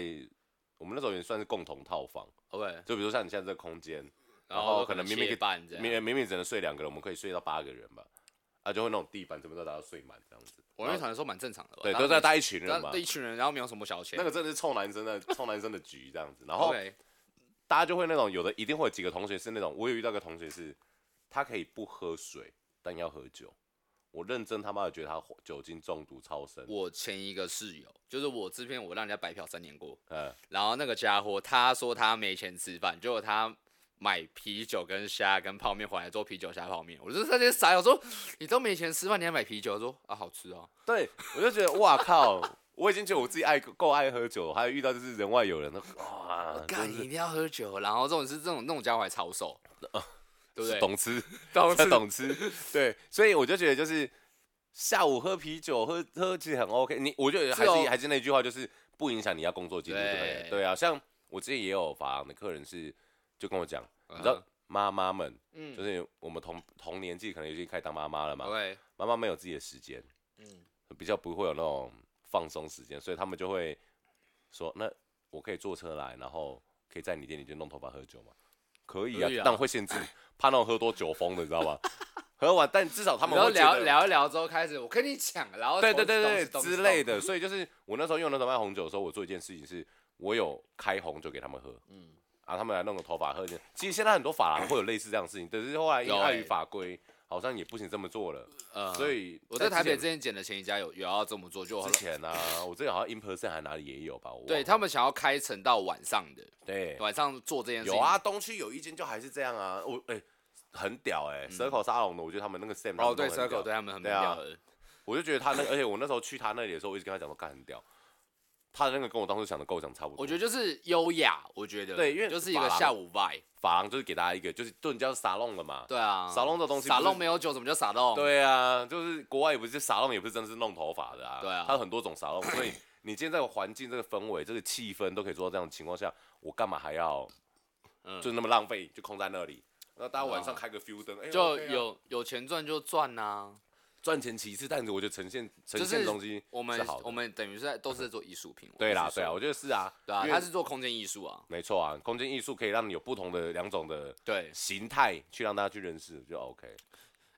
S2: 我们那时候也算是共同套房，
S1: ，OK，
S2: 就比如像你现在这个空间，
S1: 然
S2: 然
S1: 后
S2: 后可能明明
S1: 切
S2: 可以
S1: 半这样。
S2: 明明明只能睡两个人，我们可以睡到八个人吧，啊，就会那种地板全部都大家睡满这样子，
S1: 哦我那团的时候蛮正常的吧，
S2: 对，
S1: 大
S2: 都
S1: 家
S2: 在大家一群
S1: 大
S2: 人
S1: 家
S2: 嘛
S1: 对，一群人，然后没有什么小钱。
S2: 那个真的是臭男生的臭男生的局这样子，然后
S1: OK，
S2: 大家就会那种有的一定会有几个同学是那种，我有遇到一个同学是，他可以不喝水，但要喝酒。我认真他妈的觉得他酒精中毒超深，
S1: 我前一个室友就是我之前我让人家白嫖三年过，
S2: 呃，
S1: 然后那个家伙他说他没钱吃饭，结果他。买啤酒跟虾跟泡面回来做啤酒虾泡面，我就是在那边傻眼，我说你都没钱吃饭，你还买啤酒？他说啊好吃哦，
S2: 对我就觉得哇靠，我已经觉得我自己爱够爱喝酒，还有遇到就是人外有人，哇，
S1: 干
S2: 真
S1: 你
S2: 是
S1: 一定要喝酒，然后这种是这种那种家伙还超
S2: [LAUGHS]
S1: 瘦，对不对？
S2: 哦懂吃，
S1: 懂
S2: 他
S1: 事
S2: 懂吃，对，所以我就觉得就是下午喝啤酒喝喝其实很 OK，你我觉得还
S1: 是
S2: 是
S1: 哦
S2: 还是那句话，就是不影响你要工作进度，对不
S1: 对
S2: 对？对啊，像我之前也有法郎的客人是就跟我讲，你知
S1: 嗯
S2: 道妈妈们，
S1: 嗯
S2: 就是我们同同年纪可能已经开始当妈妈了嘛，
S1: ，OK，
S2: 妈妈们有自己的时间，
S1: 嗯
S2: 比较不会有那种放松时间，所以他们就会说，那我可以坐车来，然后可以在你店里就弄头发喝酒吗？可以啊，
S1: 可以啊 [LAUGHS]
S2: 但我会限制，怕那种喝多酒疯的，你知道吗？喝完，但至少他们
S1: 然后
S2: 会觉
S1: 聊
S2: 得
S1: 聊一聊之后开始，我跟你讲，然后
S2: 对对对对
S1: 咚
S2: 之类，的，所以就是我那时候用那种卖红酒的时候，我做一件事情是，我有开红酒给他们喝，嗯，啊，他们来弄个头发喝一点。其实现在很多发廊会有类似这样的事情，但是后来因为
S1: 有
S2: 碍
S1: 欸
S2: 于法规，好像也不行这么做了，
S1: 呃
S2: 所以
S1: 我在台北之
S2: 之前
S1: 前捡的前一家有有要这么做，就后
S2: 之
S1: 来
S2: 前啊，我这个好像 in person 还哪里也有吧，我忘
S1: 对
S2: 了
S1: 他们想要开成到晚上的，
S2: 对
S1: 晚上做这件事
S2: 有
S1: 情哦
S2: 啊，，东区有一间就还是这样啊，我哎、很屌哎、c i r c l e 沙龙的，我觉得他们那个 Sam 他
S1: 嗯哦
S2: 们
S1: 对
S2: 都很屌
S1: ，circle 对他们很
S2: 对啊
S1: 屌的，
S2: 我就觉得他那个，而且我那时候去他那里的时候，我一直跟他讲说干很屌，他的那个跟我当初想的构想差不多。
S1: 我觉得就是优雅，我觉得
S2: 对因为
S1: 就是一个
S2: 法郎
S1: 下午 vibe，
S2: 法郎就是给大家一个，就是就你叫沙龙了嘛。
S1: 对啊，
S2: 沙龙这东西不是
S1: 沙龙没有酒，什么叫沙龙？
S2: 对啊，就是国外也不是沙龙，也不是真的是弄头发的啊。
S1: 对啊
S2: 它有很多种沙龙，所以你今天这个环境、这个氛围、这个气氛都可以做到这样的情况下，我干嘛还要
S1: 嗯
S2: 就那么浪费，就空在那里？那大家晚上
S1: 啊
S2: 开个 feel 灯，哎呦
S1: 就
S2: OK 啊
S1: 有有钱赚就赚啊呐。
S2: 赚钱其次，但是我觉得呈现呈
S1: 就是
S2: 现东西
S1: 我们
S2: 是好的
S1: 我们等于是在都是在做艺术品。我
S2: 对啦，
S1: 是
S2: 对
S1: 说
S2: 啊，我觉得是啊，
S1: 对啊，
S2: 因为
S1: 他是做空间艺术啊，
S2: 没错啊，空间艺术可以让你有不同的两种的
S1: 对。
S2: 形态去让大家去认识，就 OK。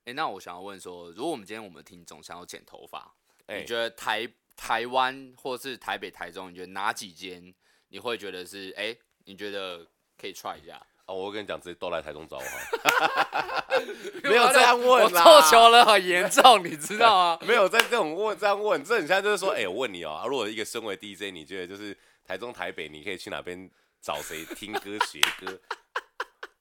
S1: 哎、那我想要问说，如果我们今天我们听众想要剪头发，
S2: 哎
S1: 你觉得台台湾或是台北、台中，你觉得哪几间你会觉得是哎、你觉得可以 try 一下？
S2: 哦，我跟你讲，直接都来台中找我好了， [LAUGHS]
S1: [LAUGHS]
S2: 没有这样问
S1: 我
S2: 啦
S1: 臭球了很严重，你知道
S2: [LAUGHS]
S1: 吗？
S2: 没有在这种问这样问，这很像就是说，哎、我问你哦、啊如果一个身为 DJ，你觉得就是台中、台北，你可以去哪边找谁听歌学
S1: [LAUGHS]
S2: 歌？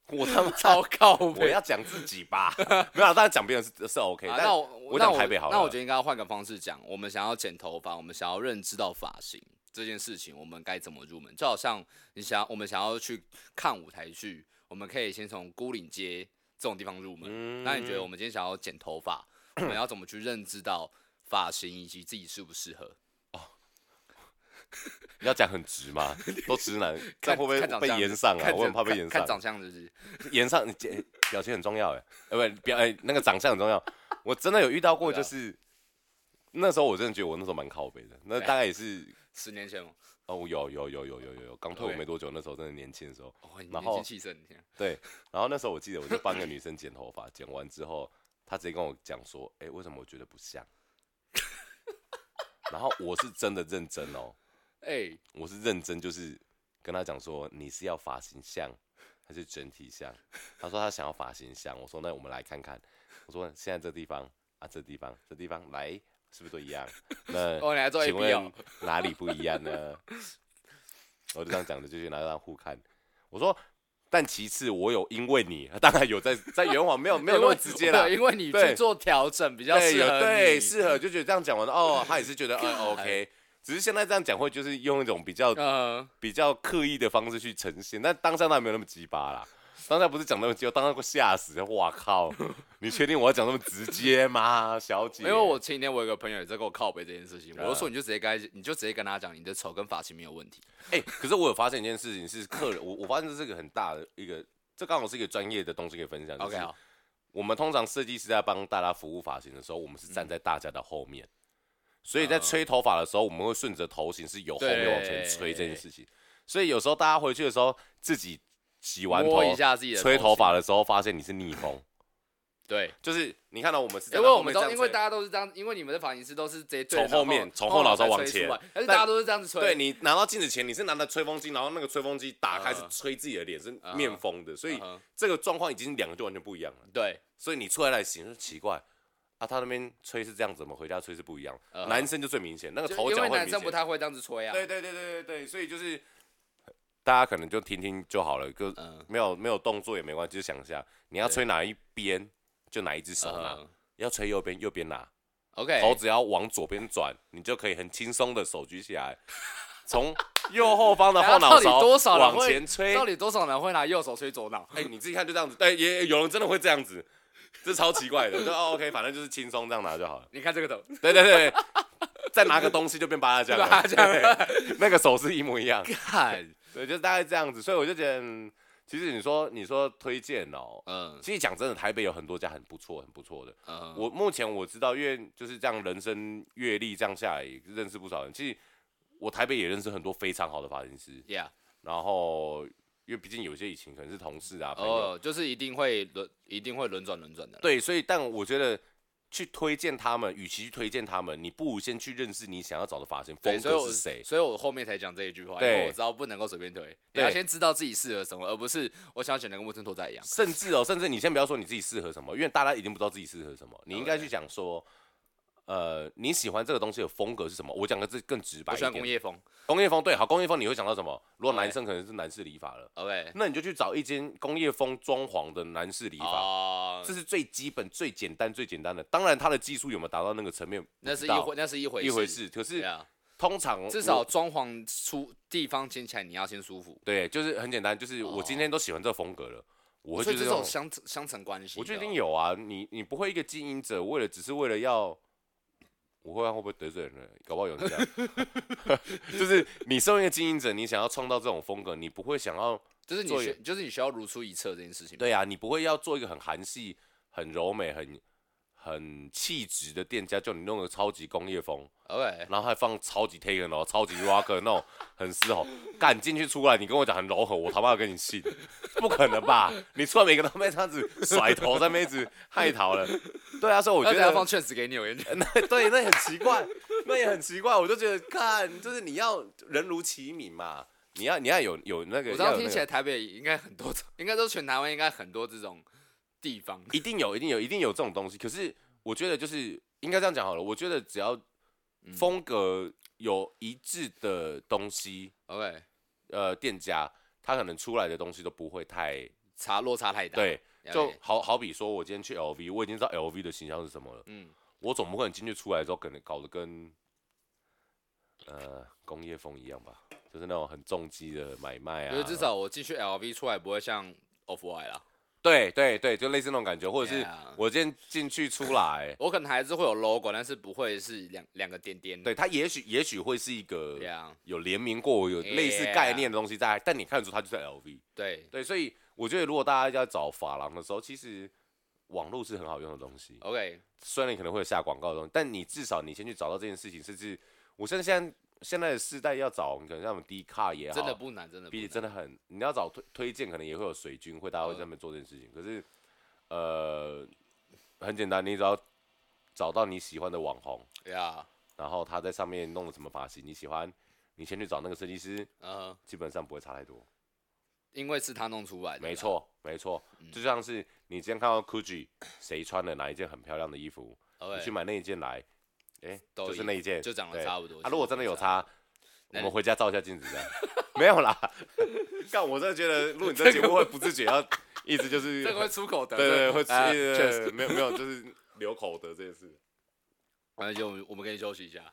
S2: 我他妈，
S1: 超靠
S2: [LAUGHS] 我
S1: 背。
S2: 要讲自己
S1: [LAUGHS]
S2: 吧，没有啊，当然讲别人是是 OK，、
S1: 啊
S2: 但
S1: 那我
S2: 我
S1: 那
S2: 讲台北好了
S1: 那我觉得应该要换个方式讲，我们想要剪头发，我们想要认知到发型这件事情，我们该怎么入门？就好像你想，我们想要去看舞台剧，我们可以先从孤岭街这种地方入门。
S2: 嗯
S1: 那你觉得我们今天想要剪头发，我们要怎么去认知到发型以及自己适不适合？
S2: 你要讲很直吗？都直男，
S1: [LAUGHS] 看
S2: 这样会不会
S1: 看长
S2: 被
S1: 相
S2: 延上啊
S1: 看？
S2: 我
S1: 长
S2: 很怕被
S1: 看
S2: 延上
S1: 看。长相是不是？
S2: 演上你这表情很重要哎，呃不表哎那个长相很重要。我真的有遇到
S1: [LAUGHS]
S2: 过，
S1: 对
S2: 就
S1: 啊
S2: 是那时候我真的觉得我那时候蛮靠北的，那
S1: 对啊
S2: 大概也是
S1: 十年前吗？
S2: 哦有有有有有有有刚退伍
S1: OK
S2: 没多久，那时候真的年轻的时候，
S1: 哦，你年
S2: 然后
S1: 轻气盛，你看
S2: 对。然后那时候我记得我就帮个女生剪头发，剪完之后她直接跟我讲说，哎为什么我觉得不像？ [LAUGHS] 然后我是真的认真哦，
S1: 哎、
S2: 我是认真，就是跟他讲说你是要发型像还是整体像？他说他想要发型像，我说那我们来看看。我说现在这地方啊，这地方这地方来是不是都一样？ [LAUGHS] 那
S1: 哦，你来做 A
S2: 请
S1: B
S2: 问
S1: 哦，
S2: 哪里不一
S1: [LAUGHS]
S2: 样呢？我就这样讲的，就是拿张互看。我说，但其次我有因为你，当然有在在圆谎，
S1: [LAUGHS]
S2: 没有没有那么直接啦
S1: 对，因为你去
S2: 对
S1: 做调整比较
S2: 对，
S1: 适
S2: 有
S1: 合
S2: 对
S1: 你
S2: 适合，就觉得这样讲完了哦，他也是觉得嗯 OK，只是现在这样讲会就是用一种比较
S1: 呃，
S2: 比较刻意的方式去呈现，但当下那没有那么鸡巴啦。当下不是讲那么鸡巴，当下会吓死！哇靠，你确定我要讲那么直接吗，小
S1: [LAUGHS]
S2: 姐？
S1: 因为我前几天我有个朋友也在跟我靠背这件事情，我就
S2: 啊
S1: 说你就直接跟他，你就直接跟他讲你的丑跟发型没有问题。
S2: 哎、可是我有发现一件事情是客人，我我发现这是一个很大的一个，这刚好是一个专业的东西可以分享。就是
S1: OK 好，
S2: 我们通常设计师在帮大家服务发型的时候，我们是
S1: 嗯
S2: 站在大家的后面，所以在吹头发的时候，我们会顺着头型是由后面往前吹这件事情。所以有时候大家回去的时候，自己洗完头
S1: 摸一下自己的
S2: 吹
S1: 头
S2: 头
S1: 型
S2: 发的时候，发现你是逆风，
S1: 对，
S2: 就是你看到我们是
S1: 哎
S2: 在
S1: 因为
S2: 那
S1: 我
S2: 后
S1: 们
S2: 面
S1: 都
S2: 这样
S1: 因为
S2: 吹
S1: 大家都是这样，因为你们的发型师都是直接对
S2: 从
S1: 着
S2: 后面从后
S1: 后
S2: 脑勺往
S1: 吹出
S2: 前
S1: 来但是
S2: 但
S1: 大家都是这样子吹。
S2: 对你拿到镜子前，你是拿着吹风机，然后那个吹风机打开是
S1: 嗯
S2: 吹自己的脸，是
S1: 嗯
S2: 面风的，所以
S1: 嗯哼
S2: 这个状况已经两个就完全不一样了。
S1: 对，
S2: 所以你出来来行，就奇怪啊，他那边吹是这样，怎么回家吹是不一样？
S1: 嗯
S2: 男生就最明显，那个
S1: 就
S2: 头
S1: 因
S2: 角
S1: 为
S2: 会
S1: 男
S2: 明
S1: 生不
S2: 显。
S1: 太会这样子吹啊。
S2: 对对对对对对，所以就是大家可能就听听就好了，就
S1: 嗯
S2: 没有没有动作也没关系，就想一下你要
S1: 对
S2: 吹哪一边就哪一只手拿，
S1: 嗯哎
S2: 要吹右边右边拿，
S1: ，OK，
S2: 头只要往左边转，你就可以很轻松的手举起来，
S1: [LAUGHS]
S2: 从右后方的后脑
S1: 哎呀到
S2: 勺
S1: 底多少人
S2: 往
S1: 会
S2: 前吹。
S1: 到底多少人会拿右手吹左 [LAUGHS] 脑？
S2: 哎、你自己看就这样子，对，也有人真的会这样子， [LAUGHS] 这超奇怪的。就哦，OK，反正就是轻松这样拿就
S1: [LAUGHS]
S2: 好了。
S1: 你看这个
S2: [LAUGHS]
S1: 头，
S2: 对对对，再拿个东西就变八大酱了，
S1: [LAUGHS] 八大酱了
S2: [LAUGHS] 对那个手势一模一样。
S1: [LAUGHS] 看，
S2: 啊对，就是大概这样子，所以我就觉得，嗯其实你说你说推荐哦，
S1: 嗯
S2: 其实讲真的，台北有很多家很不错很不错的。
S1: 嗯，
S2: 我目前我知道，因为就是这样人生阅历这样下来，也认识不少人。其实我台北也认识很多非常好的发型师，
S1: ，Yeah，
S2: 然后因为毕竟有些以前可能是同事啊朋友，
S1: 哦，就是一定会轮，一定会轮转轮转的。，
S2: 对，所以但我觉得去推荐他们，与其去推荐他们，你不如先去认识你想要找的发型
S1: 对，
S2: 风
S1: 所以
S2: 格
S1: 我
S2: 是谁。
S1: 所以我后面才讲这一句话，因
S2: 对
S1: 为我知道不能够随便推，你要
S2: 对
S1: 先知道自己适合什么，而不是我想要选的跟木村拓哉一样。
S2: 甚至哦，甚至你先不要说你自己适合什么，因为大家一定不知道自己适合什么。你应该去讲说，呃，你喜欢这个东西的风格是什么？我讲的这更直白
S1: 我
S2: 一
S1: 喜欢
S2: 点。
S1: 工业风
S2: 工业风对，好，工业风你会想到什么？如果
S1: 对
S2: 男生可能是男士理发了，
S1: ，OK，
S2: 那你就去找一间工业风装潢的男士理发，
S1: 哦
S2: 这，是最基本、最简单、最简单的。当然，他的技术有没有达到那个层面，
S1: 那
S2: 不
S1: 是
S2: 知
S1: 一
S2: 道
S1: 回那是一回
S2: 一回，事。可
S1: 对
S2: 是
S1: 啊，
S2: 通常
S1: 至少装潢出地方捡起来，你要先舒服。
S2: 对，就是很简单，就是我今天都喜欢这个风格了，我会
S1: 哦所
S2: 就
S1: 以这
S2: 是
S1: 种
S2: 用
S1: 相相成关系，
S2: 我觉得一定
S1: 有。
S2: 有啊，你你不会一个经营者为了只是为了要，我会会不会得罪人呢？搞不好有人这样， [LAUGHS] 就是你身为一个经营者，你想要创造这种风格，你不会想要
S1: 就是你
S2: 做
S1: 需
S2: 也
S1: 就是你需要如出一辙这件事情。，
S2: 对啊，你不会要做一个很韩系、很柔美、很很气质的店家，就你弄个超级工业风，
S1: ，OK，
S2: 然后还放超级 Taken 哦，超级 Rocker 那种很嘶吼，干进去出来，你跟我讲很柔和，我他妈要跟你信，不可能吧？你出来每个都妹这样子甩头，在妹子害逃了，对啊，所以我
S1: 我
S2: 觉
S1: 觉
S2: 得
S1: 得放确实给你，我
S2: [LAUGHS]
S1: 跟你讲
S2: 那对，那也很奇怪，那也很奇怪，我就觉得看，就是你要人如其名嘛，你要你要有有那个，
S1: 我知
S2: 要
S1: 道
S2: 有
S1: 听
S2: 那
S1: 起
S2: 个
S1: 来台北应该很多种，应该都全台湾应该很多这种地方。
S2: 一定有，一定有，一定有这种东西。可是我觉得就是应该这样讲好了，我觉得只要
S1: 嗯
S2: 风格有一致的东西，
S1: OK，
S2: 呃，店家他可能出来的东西都不会太
S1: 差落差太大。
S2: 对，
S1: 了解，
S2: 就好好比说我今天去 LV，我已经知道 LV 的形象是什么了，
S1: 嗯，
S2: 我总不可能进去出来之后，可能搞得跟呃工业风一样吧，就是那种很重击的买卖
S1: 就是
S2: 啊，
S1: 至少我进去 LV 出来不会像 Off White 啦，
S2: 对对对，就类似那种感觉，或者是
S1: Yeah
S2: 我今天进去出来。
S1: 我可能还是会有 logo，但是不会是两两个点点。
S2: 对它也许也许会是一个
S1: 对啊，
S2: 有联名过、有类似
S1: Yeah
S2: 概念的东西在，但你看得出它就是 LV。
S1: 对
S2: 对，所以我觉得如果大家要找发廊的时候，其实网络是很好用的东西，
S1: ，OK，
S2: 虽然你可能会有下广告的东西，但你至少你先去找到这件事情，甚至我相信现在现在的世代要找，你可能像我们 D 卡也好，
S1: 真的不难，真的不
S2: 比
S1: 难。
S2: 真的很，你要找推推荐，可能也会有水军会大家会在
S1: 嗯
S2: 那边做这件事情。可是，呃，很简单，你只要找到你喜欢的网红，
S1: 对啊，
S2: 然后他在上面弄了什么发型，你喜欢，你先去找那个设计师，
S1: 呃，
S2: 基本上不会差太多。
S1: 因为是他弄出来的，嗯
S2: 没，错，没错，就像是你今天看到 Gucci 谁穿了哪一件很漂亮的衣服，你
S1: OK，
S2: 去买那一件来，哎，
S1: 都
S2: 就是
S1: 一
S2: 那一件，
S1: 就长得
S2: 对
S1: 差不多
S2: 啊，如果真的有差，我
S1: 那
S2: 们
S1: 你
S2: 回家照一下镜子，这样 [LAUGHS] 没有啦。干，我真的觉得录你这节目会不自觉要一直就
S1: [LAUGHS]
S2: 是，
S1: 这个会出口的，
S2: 对对会
S1: 啊
S2: 一直
S1: 确实。
S2: 没有没有就是留口德这件事。
S1: 那就我们可以休息一下。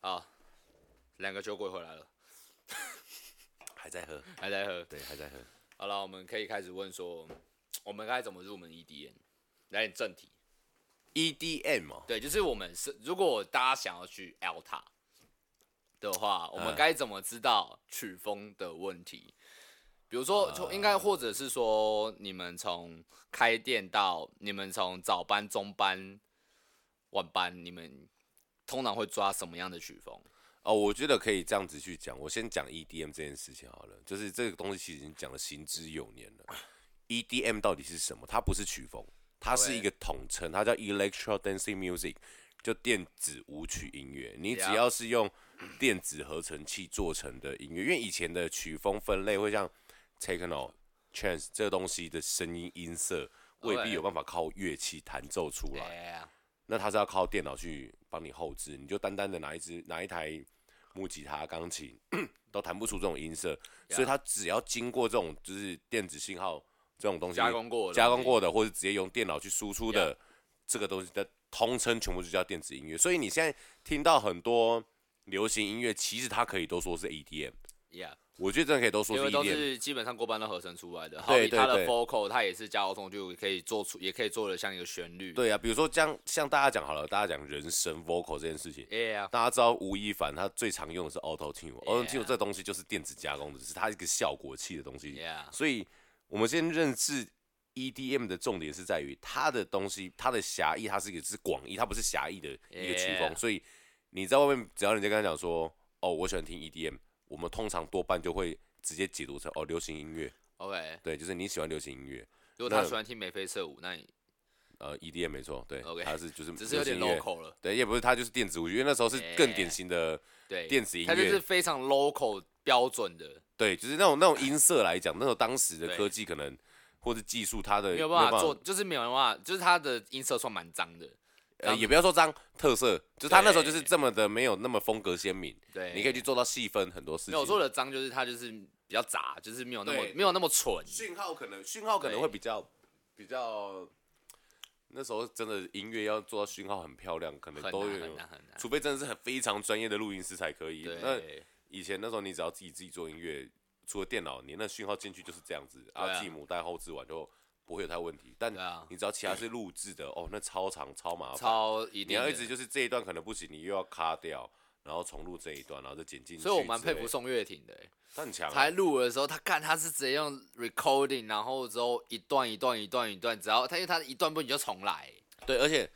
S1: 好，两个酒鬼回来了，
S2: 还在喝，
S1: 还在喝。
S2: 对，还在喝。
S1: 好了，我们可以开始问说，我们该怎么入门 EDM？来点正题。
S2: EDM 哦，
S1: 对，就是我们是如果大家想要去 Alta 的话，我们
S2: 嗯
S1: 该怎么知道曲风的问题？比如说，
S2: 呃
S1: 就应该或者是说，你们从开店到你们从早班、中班、晚班，你们通常会抓什么样的曲风？
S2: 哦，我觉得可以这样子去讲。我先讲 EDM 这件事情好了，就是这个东西其实已经讲了行之有年了。EDM 到底是什么？它不是曲风，它是一个统称，它叫 Electro Dancing Music，就电子舞曲音乐。你只
S1: Yeah
S2: 要是用电子合成器做成的音乐，因为以前的曲风分类会像 Techno、Trance 这个东西的声音音色未必有办法靠乐器弹奏出来。
S1: 哎呀，
S2: 那它是要靠电脑去帮你后置，你就单单的拿一支拿一台木吉他、钢琴都弹不出这种音色，所以它只要经过这种就是电子信号这种东西
S1: 加工过的
S2: 加
S1: 东
S2: 工
S1: 西
S2: 过的，或者直接用电脑去输出的
S1: Yeah
S2: 这个东西的通称全部就叫电子音乐。所以你现在听到很多流行音乐，其实它可以都说是 EDM，
S1: ，Yeah，
S2: 我觉得真的可以都说
S1: 因
S2: 是 E
S1: 为都
S2: EDM。
S1: 是基本上过班都合成出来的，好
S2: 对
S1: 比它
S2: 对
S1: 的
S2: 对
S1: vocal，它也是加工就可以做出，也可以做的像一个旋律。
S2: 对啊，比如说像像大家讲好了，大家讲人声 vocal 这件事情，
S1: ，Yeah，
S2: 大家知道吴亦凡他最常用的是 Auto Tune，Auto
S1: Yeah
S2: Tune 这东西就是电子加工的，只是它一个效果器的东西。
S1: Yeah
S2: 所以我们先认识 EDM 的重点是在于它的东西，它的狭义，它是一个是广义，它不是狭义的一个曲风。
S1: Yeah
S2: 所以你在外面，只要人家跟他讲说，哦，我喜欢听 EDM，我们通常多半就会直接解读成哦，流行音乐，
S1: OK，
S2: 对，就是你喜欢流行音乐，
S1: 如果他
S2: 那
S1: 喜欢听眉飞色舞，那你
S2: 呃，EDM 没错，对
S1: OK
S2: 它是就是
S1: 只是有点
S2: 嗯流行音乐
S1: local 了。
S2: 对，也不是它就是电子舞，因为那时候是更典型的，
S1: 对，
S2: 电子音
S1: 它就
S2: 乐
S1: 是非常 local 标准的，
S2: 对，就是那种那种音色来讲，那时候当时的
S1: 对
S2: 科技可能或是技术，它的
S1: 没有办法做，就是没有办法，就是它的音色算蛮脏的。
S2: 呃，也不要说脏特色，就是他那时候就是
S1: 对
S2: 这么的没有那么风格鲜明，
S1: 对，
S2: 你可以去做到细分很多事情。
S1: 没有我说的脏，就是它就是比较杂，就是没有那么
S2: 对
S1: 没有那么蠢。
S2: 讯号可能讯号可能
S1: 对
S2: 会比较比较，那时候真的音乐要做到讯号很漂亮，可能
S1: 很
S2: 都
S1: 难
S2: 有
S1: 很难很难
S2: 除非真的是很非常专业的录音师才可以。那
S1: 对，
S2: 以前那时候你只要自己自己做音乐，除了电脑，你那讯号进去就是这样子，
S1: 对啊
S2: 啊，自己母带后置完就不会有太问题。但
S1: 对啊
S2: 你只要其他是录制的，哦，那超长超麻烦，
S1: 超一
S2: 你
S1: 定的。
S2: 要一直就是这一段可能不行，你又要卡掉。然后重录这一段，然后再剪进去之
S1: 所
S2: 类
S1: 以
S2: 的。
S1: 我蛮佩服宋岳庭的欸、
S2: 他很强啊、
S1: 才录的时候，他干他是直接用 recording，然后之后一段一段一段一段，只要他因为他一段不你就重来，
S2: 对，而且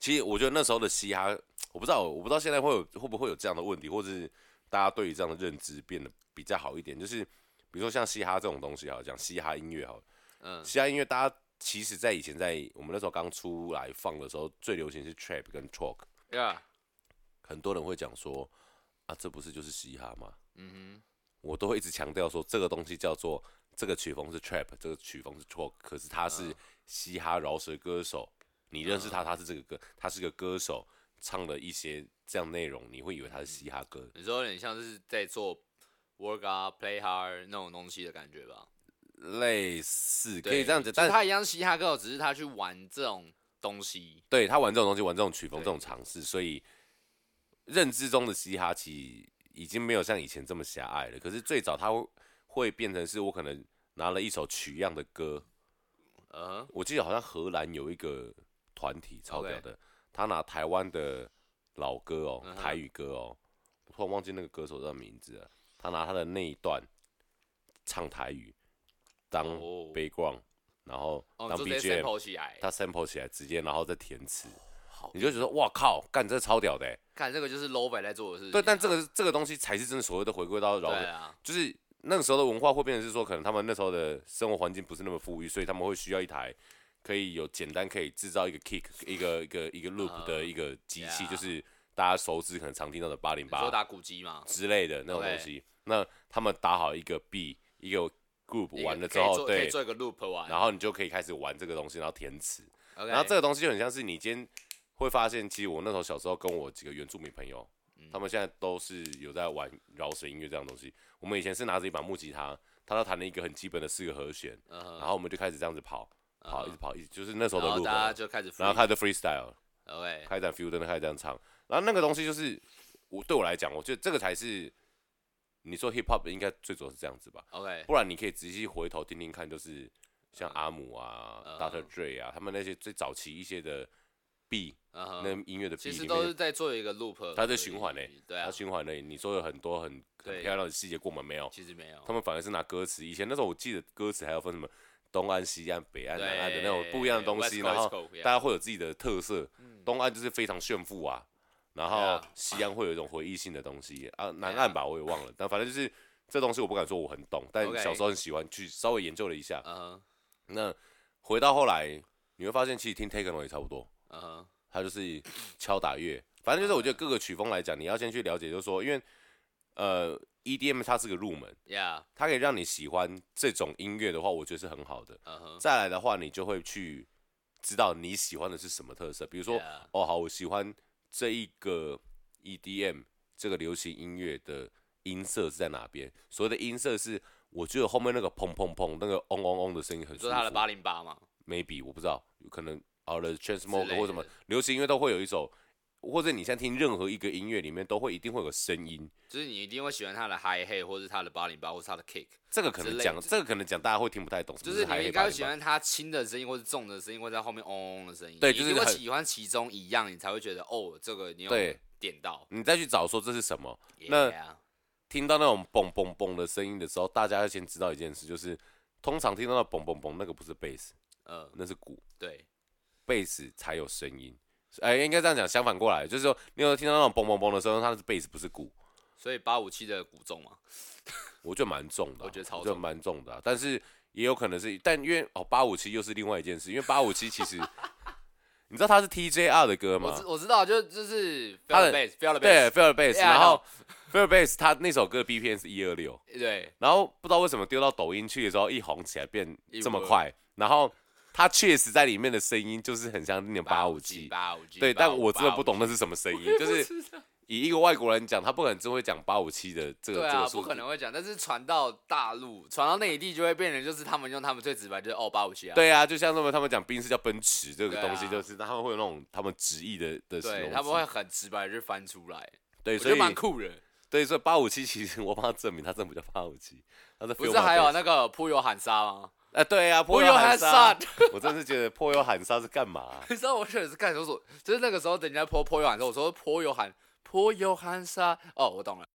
S2: 其实我觉得那时候的嘻哈，我不知道，我不知道现在会有会不会有这样的问题，或者是大家对于这样的认知变得比较好一点。就是比如说像嘻哈这种东西，好了讲嘻哈音乐好了，
S1: 嗯，
S2: 嘻哈音乐大家其实在以前在我们那时候刚出来放的时候，最流行是 trap 跟 talk，
S1: 对啊，
S2: 很多人会讲说啊，这不是就是嘻哈吗？
S1: 嗯
S2: 我都会一直强调说，这个东西叫做这个曲风是 trap，这个曲风是 t a l k 可是他
S1: 啊
S2: 是嘻哈饶舌歌手，你认识他，他是这个歌，他是个歌手，唱了一些这样内容，你会以为他
S1: 嗯
S2: 是嘻哈歌，
S1: 哼，你说有点像是在做 work out play hard 那种东西的感觉吧？
S2: 类似
S1: 对
S2: 可以这样子，
S1: 就是
S2: 但
S1: 他一样是嘻哈歌手，只是他去玩这种东西，
S2: 对他玩这种东西，玩这种曲风，
S1: 对
S2: 这种尝试，所以认知中的嘻哈其实已经没有像以前这么狭隘了。可是最早他会会变成是我可能拿了一首取样的歌，
S1: 嗯哼，
S2: 我记得好像荷兰有一个团体超屌的，他拿台湾的老歌哦，
S1: 嗯哼
S2: 台语歌哦，我突然忘记那个歌手叫名字了，他拿他的那一段唱台语当
S1: 哦
S2: background，、然后
S1: 哦，
S2: 嗯当
S1: 你就直
S2: BGM，、
S1: 接 sample 起来，
S2: 他 sample 起来直接，然后再填词。你就觉得哇靠，干这超屌的欸，
S1: 看这个就是 low 白在做的事情啊。
S2: 对，但这个这个东西才是真的所谓的回归到饶
S1: 对
S2: 舌
S1: 啊，
S2: 就是那个时候的文化会变成是说，可能他们那时候的生活环境不是那么富裕，所以他们会需要一台可以有简单可以制造一个 kick 一个一个一个 loop 的一个机器
S1: 嗯 yeah
S2: 就是大家熟知可能常听到的八零
S1: 你说
S2: 八
S1: 打鼓机嘛，
S2: 之类的那种东西。那他们打好一个 B 一个 group 完了之
S1: 可以
S2: 后，
S1: 做可以
S2: 对，
S1: 做一个 loop 玩，
S2: 然后你就可以开始玩这个东西，然后填词。
S1: OK，
S2: 然后这个东西就很像是你今天会发现，其实我那时候小时候跟我几个原住民朋友，
S1: 嗯
S2: 他们现在都是有在玩饶舌音乐这样的东西。我们以前是拿着一把木吉他，他都弹了一个很基本的四个和弦，
S1: 嗯哼
S2: 然后我们就开始这样子跑，跑一直跑，一直就是那时候的
S1: 然后
S2: 路。
S1: 大家就开始 free，
S2: 然后开始 freestyle，
S1: OK，
S2: 开始 feel，真的开始这样唱。然后那个东西就是我对我来讲，我觉得这个才是你说 hip hop 应该最主要是这样子吧。
S1: OK，
S2: 不然你可以仔细回头听听看，就是像
S1: 呃
S2: 阿姆啊、
S1: 嗯
S2: Dr. Dre 啊，他们那些最早期一些的 B，、
S1: 嗯
S2: 那
S1: 哼，
S2: 音乐的 B
S1: 其
S2: 里
S1: 实
S2: 面
S1: 都
S2: 有，
S1: 是在做一个 loop，
S2: 它在循环嘞、
S1: 对
S2: 它
S1: 啊，
S2: 循环嘞、你说有很多很很
S1: 对哦
S2: 漂亮的细节过门没有？
S1: 其实没有，
S2: 他们反而是拿歌词，以前那时候我记得歌词还有分什么东岸、西岸、北岸、
S1: 对
S2: 南岸的那种不一样的东
S1: West
S2: 西，
S1: Coast,
S2: 然后
S1: Coast, yeah
S2: 大家会有自己的特色。东岸就是非常炫富啊，然
S1: 对
S2: 后
S1: 啊
S2: 西岸会有一种回忆性的东西啊，南
S1: 对啊
S2: 岸吧我也忘了，但反正就是这东西我不敢说我很懂，但
S1: OK
S2: 小时候很喜欢去稍微研究了一下。
S1: 嗯哼，
S2: 那回到后来，你会发现其实听 Techno 也差不多，
S1: 嗯哼，
S2: 它就是敲打乐，反正就是我觉得各个曲风来讲，你要先去了解，就是说，因为呃 EDM 它是个入门。
S1: ，Yeah，
S2: 它可以让你喜欢这种音乐的话，我觉得是很好的。
S1: 嗯哼，
S2: 再来的话，你就会去知道你喜欢的是什么特色，比如说
S1: Yeah
S2: 哦，好，我喜欢这一个 EDM 这个流行音乐的音色是在哪边？所谓的音色是，我觉得后面那个砰砰砰，那个嗡嗡嗡的声音很
S1: 你
S2: 舒
S1: 说
S2: 服。
S1: 他的八零八嘛，
S2: maybe 我不知道，有可能啊了 c h a n s m o
S1: 类
S2: k e
S1: 的
S2: 或什么流行音乐都会有一首，或者你现在听任何一个音乐里面都会一定会有个声音。
S1: 就是你一定会喜欢他的 high hat，或是他的八零八，或是他的 kick，
S2: 这个可
S1: 之
S2: 能
S1: 类
S2: 讲，
S1: 的
S2: 这个可能讲大家会听不太懂。什
S1: 就
S2: 么
S1: 是
S2: 嗨
S1: 你
S2: 黑
S1: 应
S2: 八
S1: 该会
S2: 零
S1: 喜
S2: 八
S1: 欢他轻的声音，或是重的声音，或者在后面嗡嗡的声音。
S2: 对
S1: 你
S2: 就是
S1: 如果
S2: 很
S1: 喜欢其中一样，你才会觉得哦，这个你有
S2: 对
S1: 点到。
S2: 你再去找说这是什么。那
S1: Yeah，
S2: 听到那种嘣嘣嘣的声音的时候，大家要先知道一件事，就是通常听到那嘣嘣嘣，那个不是贝斯，
S1: 嗯，
S2: 那是鼓，
S1: 对，
S2: 贝斯才有声音。哎、应该这样讲，相反过来，就是说，你有听到那种嘣嘣嘣的声音，它是贝斯，不是鼓。
S1: 所以八五七的股重嘛，
S2: 我觉得蛮重的啊、
S1: 我觉得超
S2: 我觉得
S1: 重
S2: 蛮重的啊、但是也有可能是，但因为哦，八五七又是另外一件事，因为八五七其实 [LAUGHS] 你知道它是 TJR 的歌
S1: 我
S2: 吗
S1: 知？我知道，就就是
S2: 他
S1: fail
S2: 的
S1: the base fail the
S2: 对
S1: base，
S2: ，Fair Bass，
S1: Yeah，
S2: 然后 Fair Bass 它那首歌的 BPM 是一二六，
S1: 对，
S2: 然后不知道为什么丢到抖音去的时候一红起来变
S1: 一五
S2: 这么
S1: 二
S2: 快，然后它确实在里面的声音就是很像那种八五七，
S1: 八五七，
S2: 对，但我真的不懂那
S1: 是
S2: 是什么声音，就是
S1: [LAUGHS]
S2: 以一个外国人讲，他不可能真会讲八五七的这个
S1: 对
S2: 这
S1: 啊
S2: 个，数
S1: 不
S2: 字
S1: 可能会讲，但是传到大陆，传到内地就会变成就是他们用他们最直白就是哦八五七啊，
S2: 对啊，就像他们他们讲宾士叫奔驰这个
S1: 对啊
S2: 东西，就是、他们会有那种他们直译的的形容
S1: 对，
S2: 词，
S1: 他们会很直白就翻出来，
S2: 哦对，
S1: 我觉
S2: 所
S1: 得
S2: 以
S1: 蛮酷的。
S2: 对，所以八五七其实我帮他证明，他真的不叫八五七，他是
S1: 不
S2: Feel
S1: 是
S2: My
S1: 还有
S2: Bass
S1: 那个铺油喊杀吗？ [LAUGHS]
S2: 哎、对 [LAUGHS] 啊，
S1: 泼
S2: 破
S1: 油
S2: 油
S1: 喊
S2: 喊
S1: 杀
S2: 杀，我真是觉得破油喊杀是干嘛啊、
S1: 你知道我选的是看守所，就是那个时候等人家泼泼油喊杀，我说泼油喊泼油喊杀，哦，我懂了。